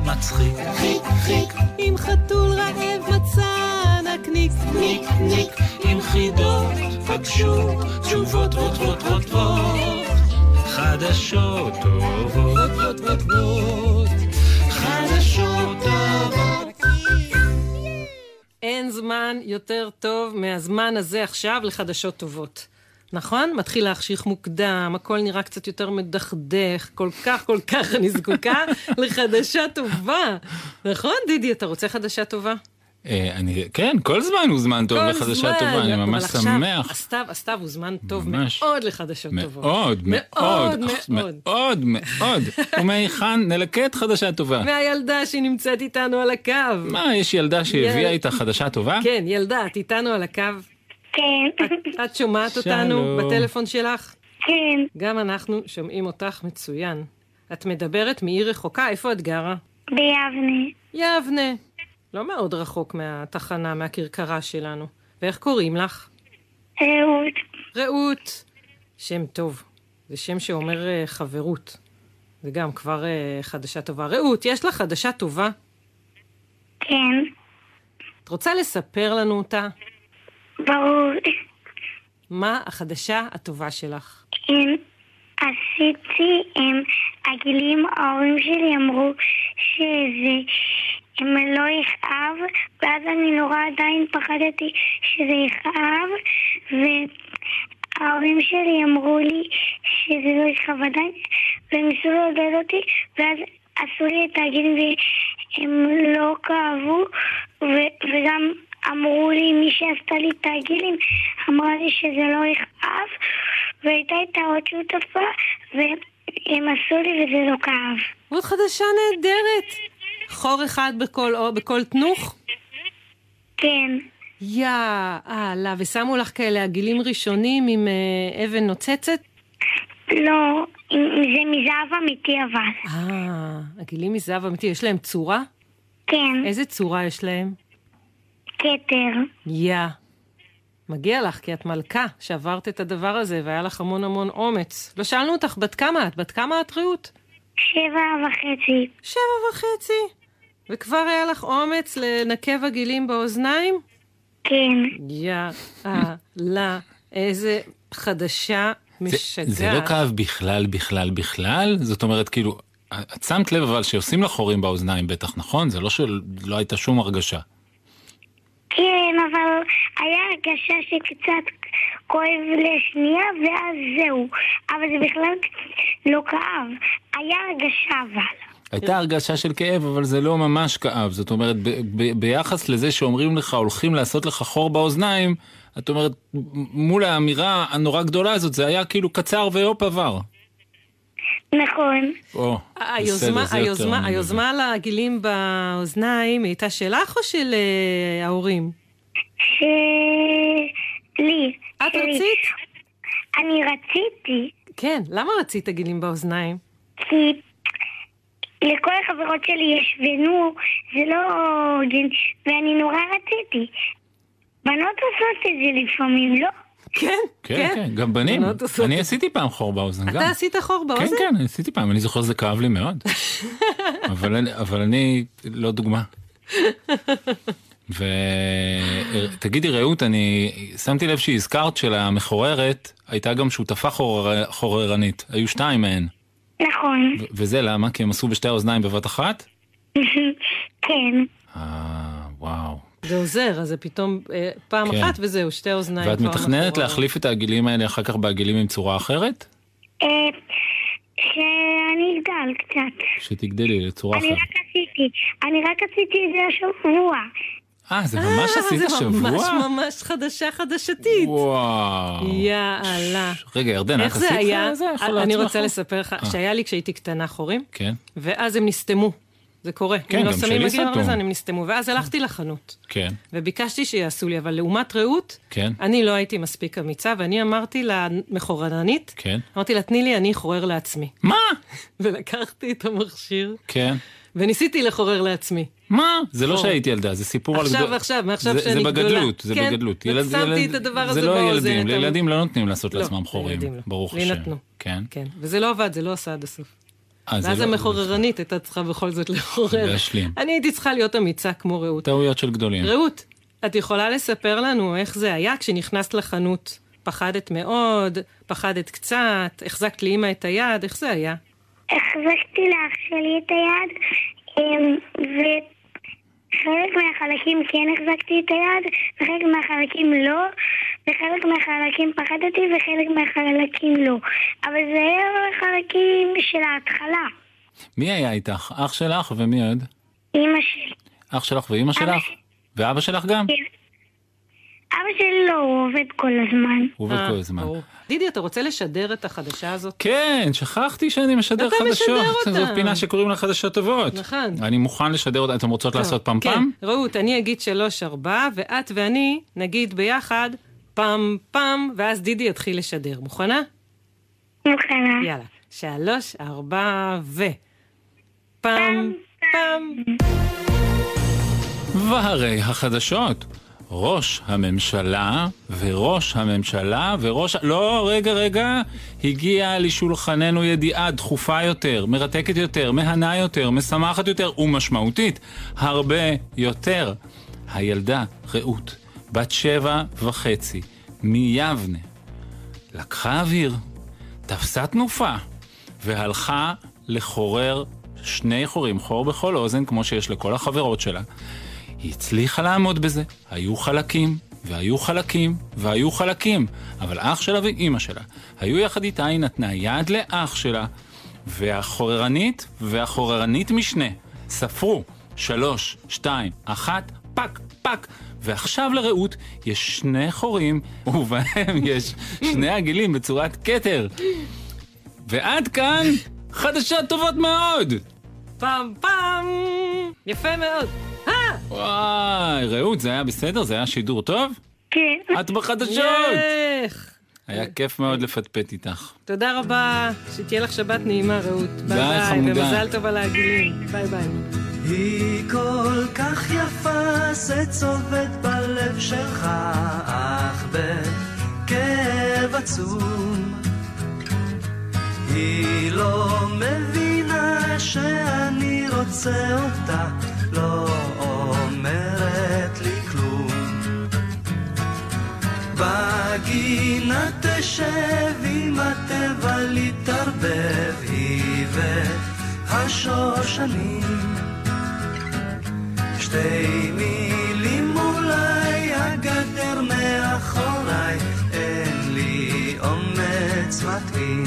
מצחיק.
חיק חיק עם חתול רעב מצא נקניק ניק ניק
עם חידות פגשו תשובות רוטרוטרוטרות חדשות טובות רוטרוטרוטרות חדשות טובות
אין זמן יותר טוב מהזמן הזה עכשיו לחדשות טובות. נכון? מתחיל להחשיך מוקדם, הכל נראה קצת יותר מדכדך, כל כך כל כך אני
[laughs]
זקוקה לחדשה טובה. נכון, דידי, אתה רוצה חדשה טובה?
אה, אני, כן, כל זמן הוא זמן טוב
כל
לחדשה
זמן,
טובה, אני
אבל
ממש
עכשיו
שמח.
הסתיו, הסתיו הוא זמן טוב
ממש.
מאוד לחדשות טובות.
מאוד,
מאוד,
מאוד,
מאוד.
מאוד,
[laughs]
מאוד. ומהיכן נלקט חדשה טובה.
והילדה שהיא נמצאת איתנו על הקו.
מה, יש ילדה שהביאה איתה חדשה טובה?
כן, ילדה, את איתנו על הקו.
[laughs]
כן,
את- את שומעת אותנו
שלום.
בטלפון שלך?
כן,
גם אנחנו שומעים אותך מצוין. את מדברת מעיר רחוקה, איפה את גרה?
ביבנה.
יבנה. לא מאוד רחוק מהתחנה, מהכרכרה שלנו. ואיך קוראים לך?
אהוד,
רעות. שם טוב. זה שם שאומר אה, חברות. זה גם כבר אה, חדשה טובה. רעות, יש לך חדשה טובה?
כן,
את רוצה לספר לנו אותה?
ברור.
מה החדשה הטובה שלך?
אמ, עשיתי, אמ, הגילים, ההורים שלי אמרו שזה אמ, לא יכאב, ואז אני נורא עדיין פחדתי שזה יכאב, וההורים שלי אמרו לי שזה לא יכאב עדיין, והם ניסו לעודד אותי, ואז עשו לי את הגילים והם לא כאבו, ו- וגם אמרו לי, מי שעשתה לי את הגילים אמרה לי שזה לא יכאב, והייתה איתה עוד שותפה, והם עשו לי וזה לא כאב.
עוד חדשה נהדרת! חור אחד בכל, או- בכל תנוך?
כן,
יא, אללה, ושמו לך כאלה עגילים ראשונים עם אה, אבן נוצצת?
לא, זה מזהב אמיתי אבל.
אה, עגילים מזהב אמיתי, יש להם צורה?
כן,
איזה צורה יש להם?
כתר.
יא. מגיע לך, כי את מלכה, שעברת את הדבר הזה, והיה לך המון המון אומץ. לא שאלנו אותך בת כמה את, בת כמה את רעות?
שבע וחצי.
שבע וחצי. וכבר היה לך אומץ לנקב עגילים באוזניים?
כן,
יאללה, איזה חדשה
זה-
משגעת.
זה לא כאב בכלל, בכלל, בכלל? זאת אומרת, כאילו, את שמת לב אבל שעושים לך חורים באוזניים בטח, נכון? זה לא שלא הייתה שום הרגשה.
כן, אבל היה הרגשה שקצת כואב לשנייה ואז זהו. אבל זה בכלל לא כאב. היה הרגשה אבל.
הייתה הרגשה של כאב, אבל זה לא ממש כאב. זאת אומרת, ב- ב- ביחס לזה שאומרים לך, הולכים לעשות לך חור באוזניים, את אומרת, מ- מול האמירה הנורא גדולה הזאת, זה היה כאילו קצר והופ עבר.
נכון,
או,
היוזמה,
בסדר, זה יותר
היוזמה,
אני
היוזמה לעגילים באוזניים הייתה שלך או של אה, ההורים?
שלי.
את
שלי.
רצית?
אני רציתי,
כן, למה רצית עגילים באוזניים?
כי לכל החברות שלי יש ונו, זה לא הוגן, ואני נורא רציתי. בנות עושות את זה לפעמים, לא?
כן,
מבין. כן, כן, גם בנים.
בנות עושות
אני
את-
עשיתי פעם חור באוזן גם.
אתה עשית חור באוזן?
כן, כן, אני עשיתי פעם, אני זוכר שזה כאב לי
[laughs]
מאוד. אבל, אני- אבל אני לא דוגמה. ותגידי רעות, אני שמתי לב שהזכרת שלמחוררת הייתה גם שותפה חורר... חוררנית, היו שתיים מהן.
נכון. [laughs]
ו- וזה למה? כי הם עשו בשתי האוזניים בבת אחת?
כן,
אה, וואו.
זה עוזר, אז זה פתאום אה, פעם
כן.
אחת וזהו, שתי אוזניים.
ואת
כבר
מתכננת
מאחורה.
להחליף את העגילים האלה אחר כך בעגילים עם צורה אחרת?
אה, שאני אגדל קצת.
שתגדלי לצורה
אני
אחרת.
רק עשיתי, אני רק עשיתי את זה השבוע.
אה, זה ממש
אה,
עשית
זה
שבוע?
ממש ממש חדשה חדשתית.
וואו.
יאללה.
רגע, ירדן, את
איך זה
עשית
היה?
לך זה? יכול
אני
לעצמך? אה.
רוצה לספר לך שהיה לי כשהייתי קטנה חורים,
כן,
ואז הם נסתמו. זה קורה.
כן,
אם לא
גם
שמים
שלי
מגן
סתום.
ארזן, הם נסתמו. ואז הלכתי לחנות.
כן.
וביקשתי שיעשו לי, אבל לעומת רעות,
כן.
אני לא הייתי מספיק אמיצה, ואני אמרתי למחורננית,
כן.
אמרתי לה, תני לי, אני אחורר לעצמי. [laughs]
מה?
ולקחתי את המכשיר,
כן.
וניסיתי לחורר לעצמי.
מה? זה לא
אור.
שהייתי ילדה, זה סיפור על...
עכשיו,
גדול-
עכשיו, מעכשיו
זה-
שאני
זה
גדולה.
בגדלות, זה
כן,
בגדלות.
ושמתי את הדבר הזה
זה לא
באוזן,
ילדים,
אתה-
לילדים לא נותנים לעשות
לא,
לעצמם חורים,
לילדים לא.
ברוך
לי
השם.
נתנו.
כן.
כן. וזה לא עבד, זה לא עשה עד הסוף.
אה, זה
ואז
לא-
המחוררנית הייתה צריכה בכל זאת לחורר.
להשלים.
אני הייתי צריכה להיות אמיצה כמו רעות.
טעויות של גדולים.
רעות, את יכולה לספר לנו איך זה היה כשנכנסת לחנות? פחדת מאוד, פחדת קצת, החזקת לאימא את היד, איך זה היה?
החזקתי לאח שלי את היד, אמ, וחלק מהחלקים כן החזקתי את היד, וחלק מהחלקים לא, וחלק מהחלקים פחדתי וחלק מהחלקים לא. אבל זה היה החלקים של ההתחלה.
מי היה איתך? אח שלך ומי עוד?
אמא שלי.
אח שלך ואימא שלך? ואבא שלך גם?
אבא שלי לא, הוא עובד כל הזמן.
הוא
אה,
עובד כל הזמן.
דידי, אתה רוצה לשדר את החדשה הזאת?
כן, שכחתי שאני משדר
אתה
חדשות.
משדר אותה.
זו פינה שקוראים לה חדשות טובות.
נכון.
אני מוכן לשדר אותה. אתם רוצות לעשות פעם פעם?
כן, רעות, אני אגיד שלוש ארבע, ואת ואני נגיד ביחד פעם פעם, ואז דידי יתחיל לשדר. מוכנה?
מוכנה.
יאללה. שלוש, ארבע, ו... פעם, פעם.
והרי החדשות. ראש הממשלה וראש הממשלה וראש... לא, רגע, רגע. הגיעה לשולחננו ידיעה דחופה יותר, מרתקת יותר, מהנה יותר, משמחת יותר ומשמעותית הרבה יותר. הילדה, רעות, בת שבע וחצי, מיבנה, לקחה אוויר, תפסה תנופה, והלכה לחורר שני חורים, חור בכל אוזן, כמו שיש לכל החברות שלה. היא הצליחה לעמוד בזה, היו חלקים, והיו חלקים, והיו חלקים, אבל אח שלה ואימא שלה היו יחד איתה, היא נתנה יד לאח שלה, והחוררנית והחוררנית משנה ספרו שלוש, שתיים, אחת, פק, פק, ועכשיו לרעות יש שני חורים, [laughs] ובהם יש שני עגילים בצורת כתר. ועד כאן חדשות טובות מאוד!
פעם, פעם. יפה מאוד. אה!
וואי, רעות, זה היה בסדר? זה היה שידור טוב?
כן.
את בחדשות!
איך.
היה כיף מאוד לפטפט איתך.
תודה רבה, שתהיה לך שבת נעימה, רעות. ביי
ביי,
ביי,
חמודה.
ומזל טוב על העגילים. ביי ביי.
היא כל כך יפה, זה צובט בלב שלך, אך בכאב עצום. היא לא מבינה שאני רוצה אותה, לא אומרת לי כלום. בגינה תשב עם הטבע להתערבב, היא והשושנים. שתי מילים אולי, הגדר מאחוריי, אין לי אומץ מתאים.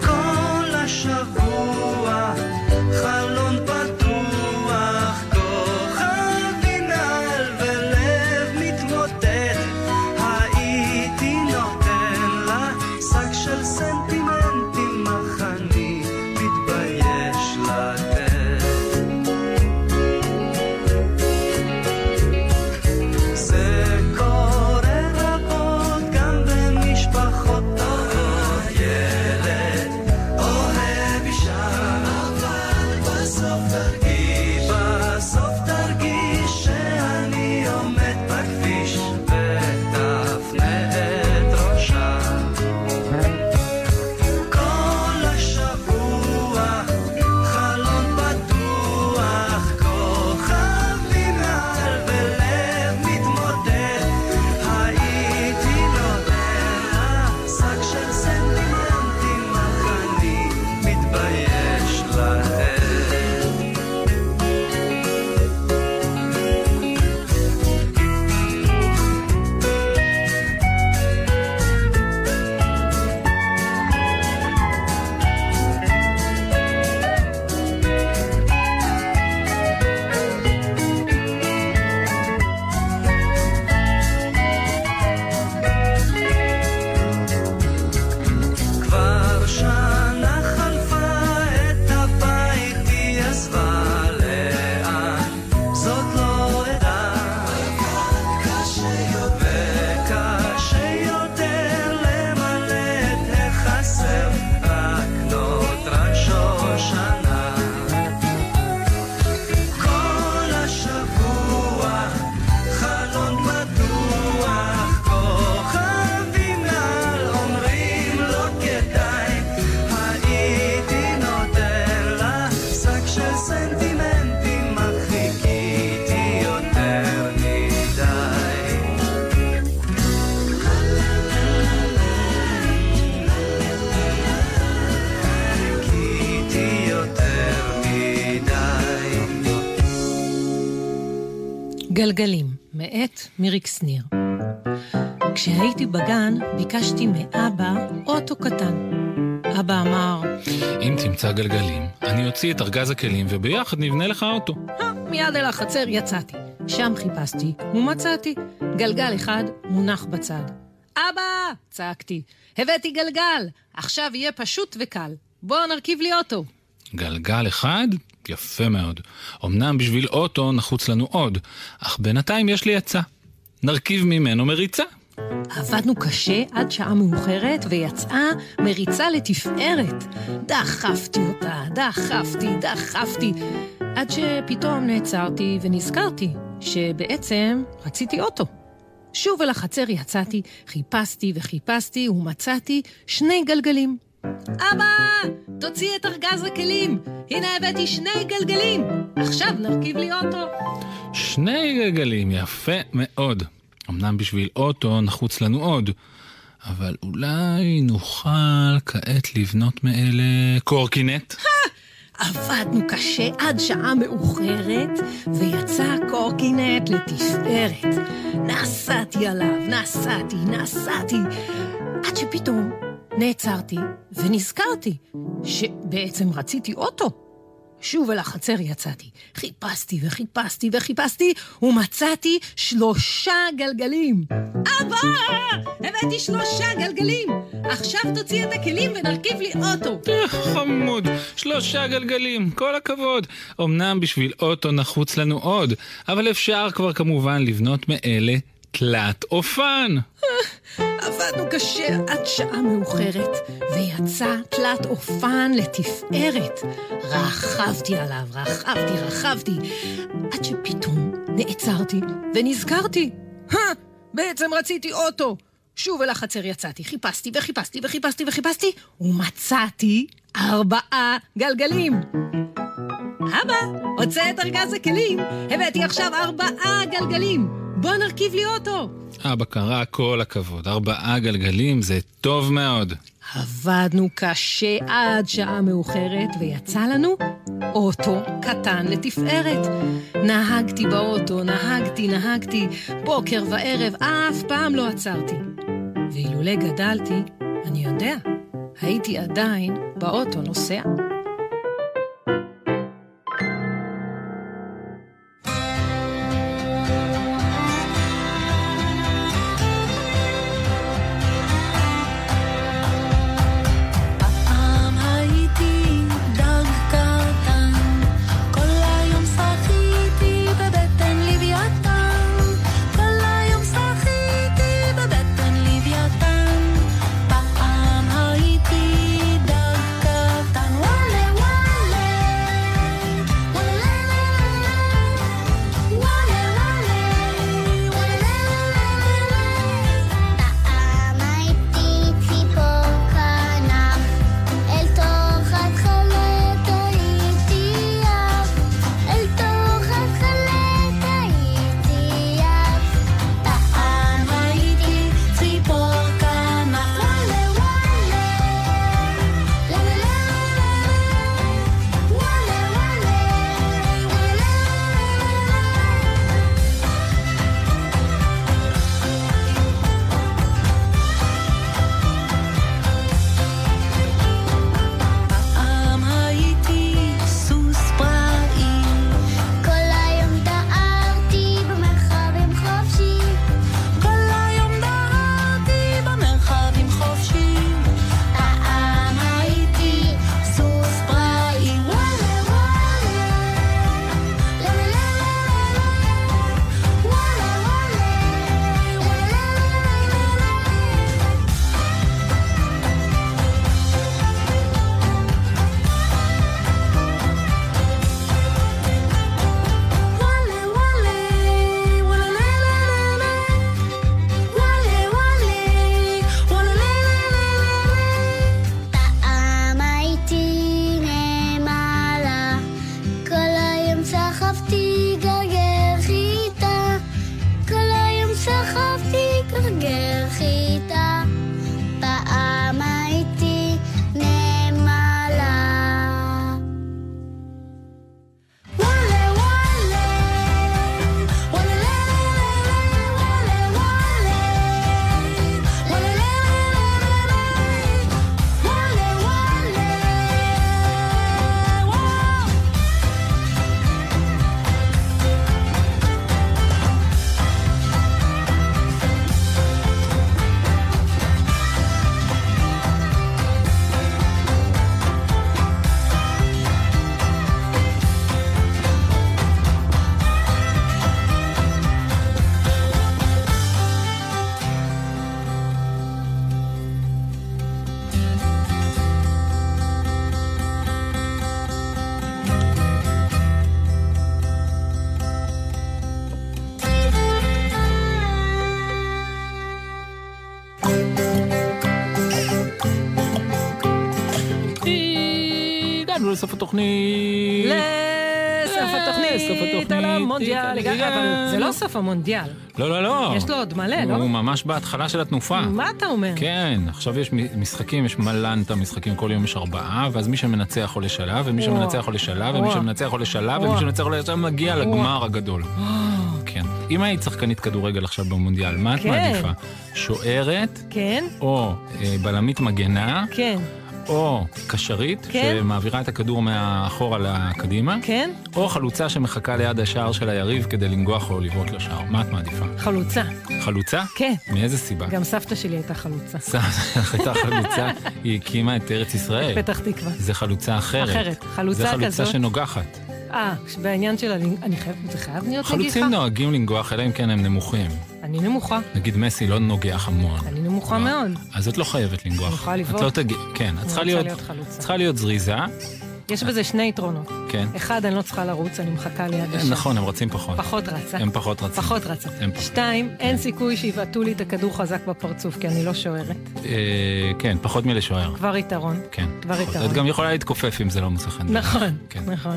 כל השבוע, חלון פתוח, כוכבים מעל ולב מתמוטט, הייתי נותן לה שק של סנטימנטים, אך אני מתבייש לתת. זה קורה רבות גם במשפחות טובות. ילד אוהב אישה נוחה.
לא "לא
גלגלים, מאת מיריק שניר. כשהייתי בגן, ביקשתי מאבא אוטו קטן. אבא אמר,
אם תמצא גלגלים, אני אוציא את ארגז הכלים וביחד נבנה לך אוטו.
מיד אל החצר יצאתי. שם חיפשתי ומצאתי. גלגל אחד מונח בצד. אבא! צעקתי. הבאתי גלגל! עכשיו יהיה פשוט וקל. בוא נרכיב לי אוטו.
גלגל אחד? יפה מאוד. אמנם בשביל אוטו נחוץ לנו עוד, אך בינתיים יש לי עצה. נרכיב ממנו מריצה.
עבדנו קשה עד שעה מאוחרת, ויצאה מריצה לתפארת. דחפתי אותה, דחפתי, דחפתי, עד שפתאום נעצרתי ונזכרתי שבעצם רציתי אוטו. שוב אל החצר יצאתי, חיפשתי וחיפשתי ומצאתי שני גלגלים. אבא, תוציא את ארגז הכלים! הנה הבאתי שני גלגלים! עכשיו נרכיב לי אוטו!
שני גלגלים, יפה מאוד. אמנם בשביל אוטו נחוץ לנו עוד, אבל אולי נוכל כעת לבנות מאלה קורקינט?
עבדנו קשה עד שעה מאוחרת, ויצא קורקינט לתפארת. נסעתי עליו, נסעתי, נסעתי, עד שפתאום נעצרתי ונזכרתי שבעצם רציתי אוטו. שוב אל החצר יצאתי, חיפשתי וחיפשתי וחיפשתי, ומצאתי שלושה גלגלים. אבא! הבאתי שלושה גלגלים! עכשיו תוציא את הכלים ונרכיב לי אוטו.
חמוד, שלושה גלגלים, כל הכבוד. אמנם בשביל אוטו נחוץ לנו עוד, אבל אפשר כבר כמובן לבנות מאלה תלת אופן.
עבדנו קשה עד שעה מאוחרת, ויצא תלת אופן לתפארת. רכבתי עליו, רכבתי, רכבתי, עד שפתאום נעצרתי ונזכרתי. הא, בעצם רציתי אוטו. שוב אל החצר יצאתי, חיפשתי וחיפשתי וחיפשתי וחיפשתי, ומצאתי ארבעה גלגלים. אבא, הוצא את ארגז הכלים, הבאתי עכשיו ארבעה גלגלים. בוא נרכיב לי אוטו.
אבא קרא, כל הכבוד. ארבעה גלגלים זה טוב מאוד.
עבדנו קשה עד שעה מאוחרת, ויצא לנו אוטו קטן לתפארת. נהגתי באוטו, נהגתי, נהגתי, בוקר וערב, אף פעם לא עצרתי. ואילולא גדלתי, אני יודע, הייתי עדיין באוטו נוסע.
פעם הייתי דג קטן, כל היום שחיתי בבטן לוויתן. כל היום שחיתי בבטן לוויתן. פעם הייתי דג קטן, וואו!
התוכנית.
לסוף התוכנית,
לסוף התוכנית,
על המונדיאל, הגענו, אבל זה לא סוף המונדיאל.
לא, לא, לא.
יש לו עוד מלא, לא?
הוא ממש בהתחלה של התנופה.
מה אתה אומר?
אה. כן, עכשיו יש מ- משחקים, יש מלנטה משחקים, כל יום יש ארבעה, ואז מי שמנצח עולה שלב, ומי
וואו.
שמנצח עולה שלב, ומי
וואו.
שמנצח עולה שלב, ומי
וואו.
שמנצח עולה שלב, מגיע
וואו.
לגמר הגדול. כן. אם היית שחקנית כדורגל עכשיו במונדיאל, מה את
כן.
מעדיפה? שוערת,
כן?
או אה, בלמית מגנה,
כן.
או קשרית,
כן.
שמעבירה את הכדור מאחורה לקדימה,
כן.
או חלוצה שמחכה ליד השער של היריב כדי לנגוח או לבעוט לשער. מה את מעדיפה?
חלוצה.
חלוצה?
כן.
מאיזה סיבה?
גם סבתא שלי הייתה חלוצה.
[laughs] סבתא שלך הייתה חלוצה, היא הקימה את ארץ ישראל.
פתח תקווה.
זה חלוצה אחרת.
אחרת. חלוצה
זה חלוצה
כזאת.
שנוגחת.
אה, בעניין של הלינג... אני חייב... זה חייב להיות נגיחה?
חלוצים נוהגים לנגוח, אלא אם כן הם נמוכים.
אני נמוכה.
נגיד מסי לא נוגח המון.
אני נמוכה מאוד.
אז את לא חייבת לנגוח.
אני יכולה לבעוט?
את לא תגיע, כן, את
אני
צריכה
רוצה
להיות,
להיות חלוצה.
צריכה להיות זריזה,
יש בזה שני יתרונות.
כן.
אחד, אני לא צריכה לרוץ, אני מחכה ליד השם.
נכון, הם רצים פחות.
פחות רצה.
הם פחות רצים.
פחות רצה.
הם כן. פחות.
שתיים, אין סיכוי שיבעטו לי את הכדור חזק בפרצוף, כי אני לא שוערת.
אה, כן, פחות מלשוער.
כבר יתרון.
כן.
כבר
פחות.
יתרון.
את גם יכולה להתכופף אם זה לא מוצא חן. בעיניך.
נכון, נכון.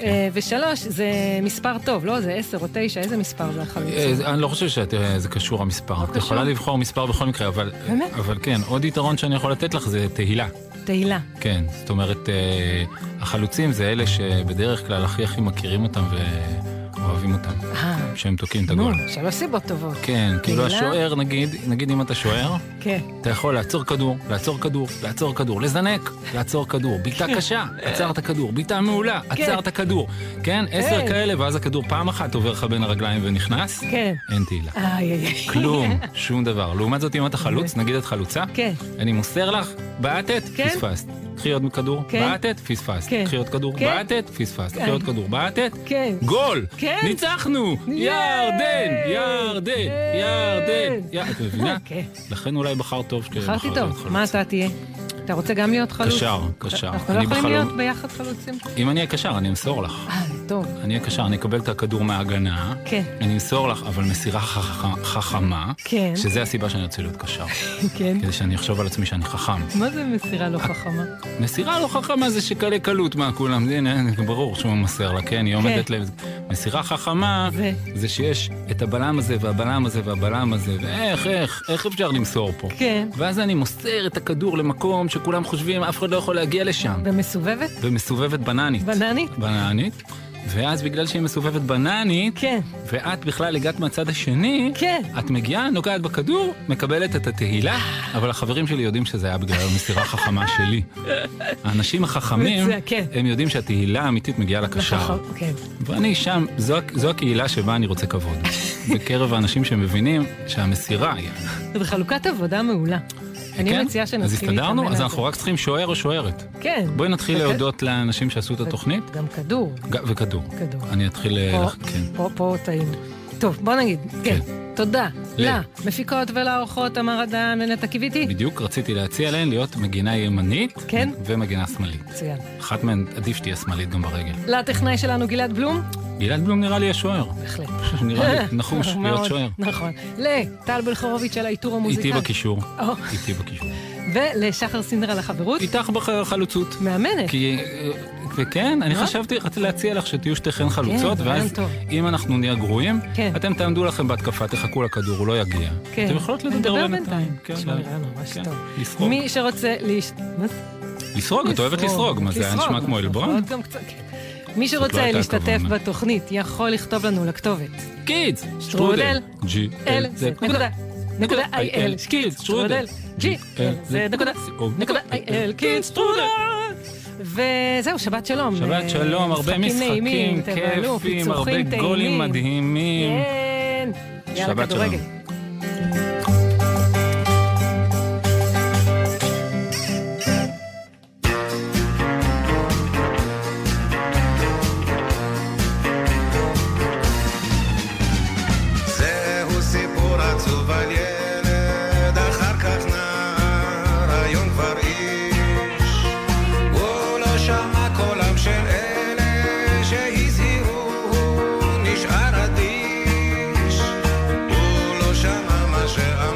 כן.
אה, ושלוש, זה מספר טוב, לא? זה עשר או תשע, איזה מספר זה החלוצה?
אה, אני לא חושב שזה קשור המספר. את
לא קשור.
יכולה לבחור מספר בכל מקרה, אבל...
באמת?
אבל כן, עוד יתרון שאני יכול לתת לך זה תהילה.
תהילה.
כן, זאת אומרת, אה, החלוצים זה אלה שבדרך כלל הכי הכי מכירים אותם ואוהבים אותם.
אה,
שהם תוקעים את
נו,
הגול.
שלוש סיבות טובות.
כן, כאילו
תהילה?
השוער, נגיד, נגיד אם אתה שוער,
כן.
אתה יכול לעצור כדור, לעצור כדור, לעצור כדור, לזנק, לעצור כדור, בעיטה קשה, עצרת כדור, בעיטה מעולה,
כן.
עצרת כדור. כן, עשר
כן.
כאלה, ואז הכדור פעם אחת עובר לך בין הרגליים ונכנס,
כן.
אין תהילה.
איי, איי,
כן,
איי.
כלום, שום דבר. לעומת זאת, אם אתה חלוץ, נגיד את חלוצה,
כן.
אני מוסר לך, בעטת,
כן.
פספסת. קחי עוד כדור,
כן.
בעטת, פספסת.
כן.
קחי עוד כדור,
כן.
בעטת, פספסת.
כן.
קחי עוד כדור, בעטת,
כן.
גול!
כן.
ניצחנו!
ייי!
ירדן! ירדן! ירדן! יא- את מבינה?
כן.
לכן אולי בחר טוב שכן.
בחרתי טוב. מה אתה תהיה? אתה רוצה גם להיות חלוץ?
קשר, קשר.
אנחנו לא
אני
יכולים
בחלום.
להיות ביחד חלוצים?
אם אני אהיה קשר, אני אמסור לך.
אה, טוב.
אני אהיה קשר, אני אקבל את הכדור מההגנה.
כן.
אני אמסור לך, אבל מסירה חכ- חכמה.
כן.
שזה הסיבה שאני רוצה להיות קשר.
כן.
כדי שאני אחשוב על עצמי שאני חכם.
מה זה מסירה לא חכמה?
מסירה לא חכמה זה שקלה קלות מה כולם, הנה, ברור שהוא מוסר לה, כן, היא עומדת לב. מסירה חכמה
זה.
זה שיש את הבלם הזה והבלם הזה והבלם הזה, ואיך, איך, איך אפשר למסור פה?
כן.
ואז אני מוסר את הכדור למקום שכולם חושבים, אף אחד לא יכול להגיע לשם.
ומסובבת?
ומסובבת בננית.
בננית?
בננית. ואז בגלל שהיא מסובבת בננית,
כן.
ואת בכלל הגעת מהצד השני,
כן.
את מגיעה, נוגעת בכדור, מקבלת את התהילה, אבל החברים שלי יודעים שזה היה בגלל
[laughs]
המסירה החכמה שלי. האנשים החכמים,
מצוין, כן.
הם יודעים שהתהילה האמיתית מגיעה לקשר.
לחכם, כן.
ואני שם, זו, זו הקהילה שבה אני רוצה כבוד. בקרב האנשים שמבינים שהמסירה היא...
זו חלוקת עבודה מעולה. אני
כן?
מציעה
אז
שנתחיל להתאמן
הסתדרנו,
על
אז
זה.
אנחנו רק צריכים שוער או שוערת.
כן.
בואי נתחיל
וכ-
להודות לאנשים שעשו את התוכנית.
גם כדור.
ג- וכדור.
אוקיי. כדור.
אני אתחיל...
פה,
אה, לח- כן.
פה, פה טעינו. טוב, בוא נגיד, כן. תודה.
ל-
למפיקות ולאורחות, תמר אדן ונטע קיוויתי.
בדיוק רציתי להציע להן להיות מגינה ימנית
כן.
ומגינה שמאלית.
מצוין.
אחת מהן עדיף שתהיה שמאלית גם ברגל.
לטכנאי שלנו גלעד בלום.
גלעד בלום נראה לי השוער.
בהחלט.
נראה
[laughs]
לי נחוש להיות
מאוד,
שוער.
נכון. לטל בלחורוביץ' על האיתור המוזיקלי.
איתי בקישור.
או.
איתי בקישור.
ולשחר סינדר על החברות.
איתך
[laughs]
בחלוצות.
מאמנת.
כי... אה, וכן, אני חשבתי, רציתי להציע לך שתהיו שתיכן חלוצות,
רעיון
ואז
טוב.
אם אנחנו נהיה גרועים,
כן.
אתם תעמדו לכם בהתקפה, תחכו לכדור, הוא לא יגיע.
כן.
אתם יכולות לדבר
נדבר
בינתיים.
בינתיים. תשמע,
כן.
נראה ממש
כן.
טוב.
לסרוק.
מי שרוצה להש... מה זה?
לסרוג, את אוהבת לסרוג, מה זה היה
לסרוג,
נשמע
אנחנו
כמו עלבון?
יכולות גם קצת- כן. מי
לא
שרוצה
הייתה
להשתתף
הכוונה.
בתוכנית יכול לכתוב לנו לכתובת.
קידס,
שטרודל,
ג'י,
אל,
אל,
זה נקודה, נקודה, איי, אל, קידס, שטרודל, ג'י, אל, זה נקודה, נקודה, איי, אל, קידס, שטרודל. וזהו, שבת שלום. אה,
שבת שלום, הרבה
נעימים,
משחקים,
תבלו,
כיפים, הרבה
פיצוחים טעימים.
גולים מדהימים.
כן. יאללה,
שבת שלום.
כדורגל.
זהו סיפור עצוב על ילד, אחר כך נער, היום כבר איש. הוא לא שמע קולם של אלה שהזהירו, הוא נשאר אדיש. הוא לא לא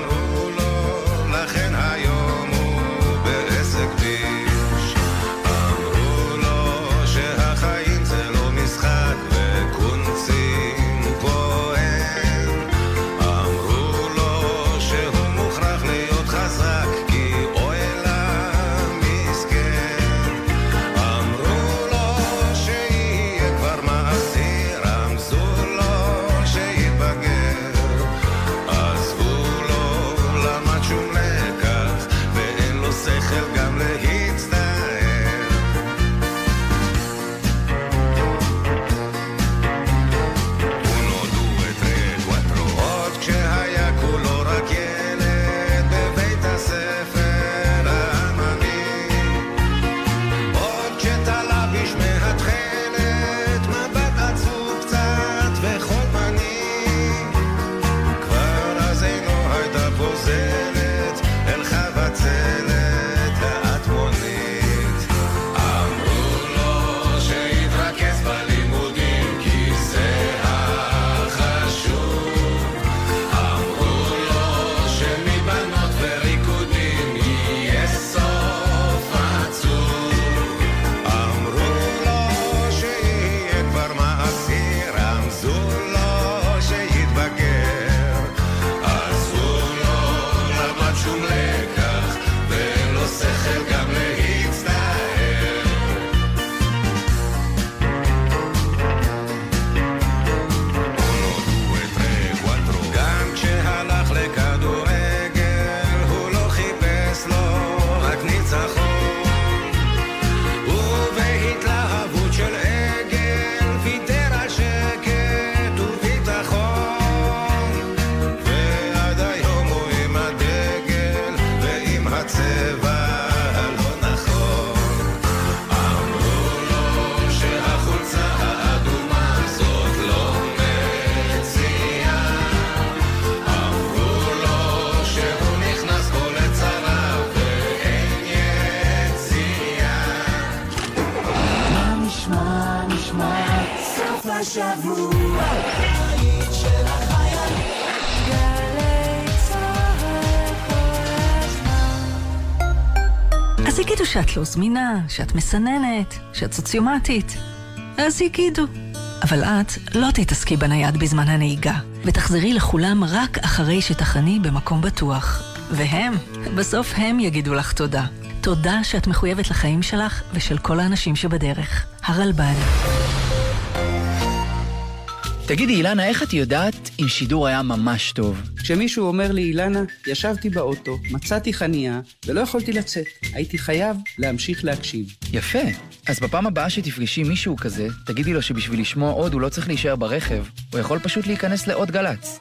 לא נכון.
השבוע. הבית של החיילים. גלי צהר כל הזמן.
אז יגידו שאת לא זמינה, שאת מסננת, שאת סוציומטית. אז יגידו. אבל את לא תתעסקי בנייד בזמן הנהיגה, ותחזרי לכולם רק אחרי שתחני במקום בטוח. והם, בסוף הם יגידו לך תודה. תודה שאת מחויבת לחיים שלך ושל כל האנשים שבדרך. הרלב"ד.
תגידי, אילנה, איך את יודעת אם שידור היה ממש טוב?
כשמישהו אומר לי, אילנה, ישבתי באוטו, מצאתי חנייה, ולא יכולתי לצאת. הייתי חייב להמשיך להקשיב.
יפה. אז בפעם הבאה שתפגשי מישהו כזה, תגידי לו שבשביל לשמוע עוד הוא לא צריך להישאר ברכב, הוא יכול פשוט להיכנס לעוד גל"צ.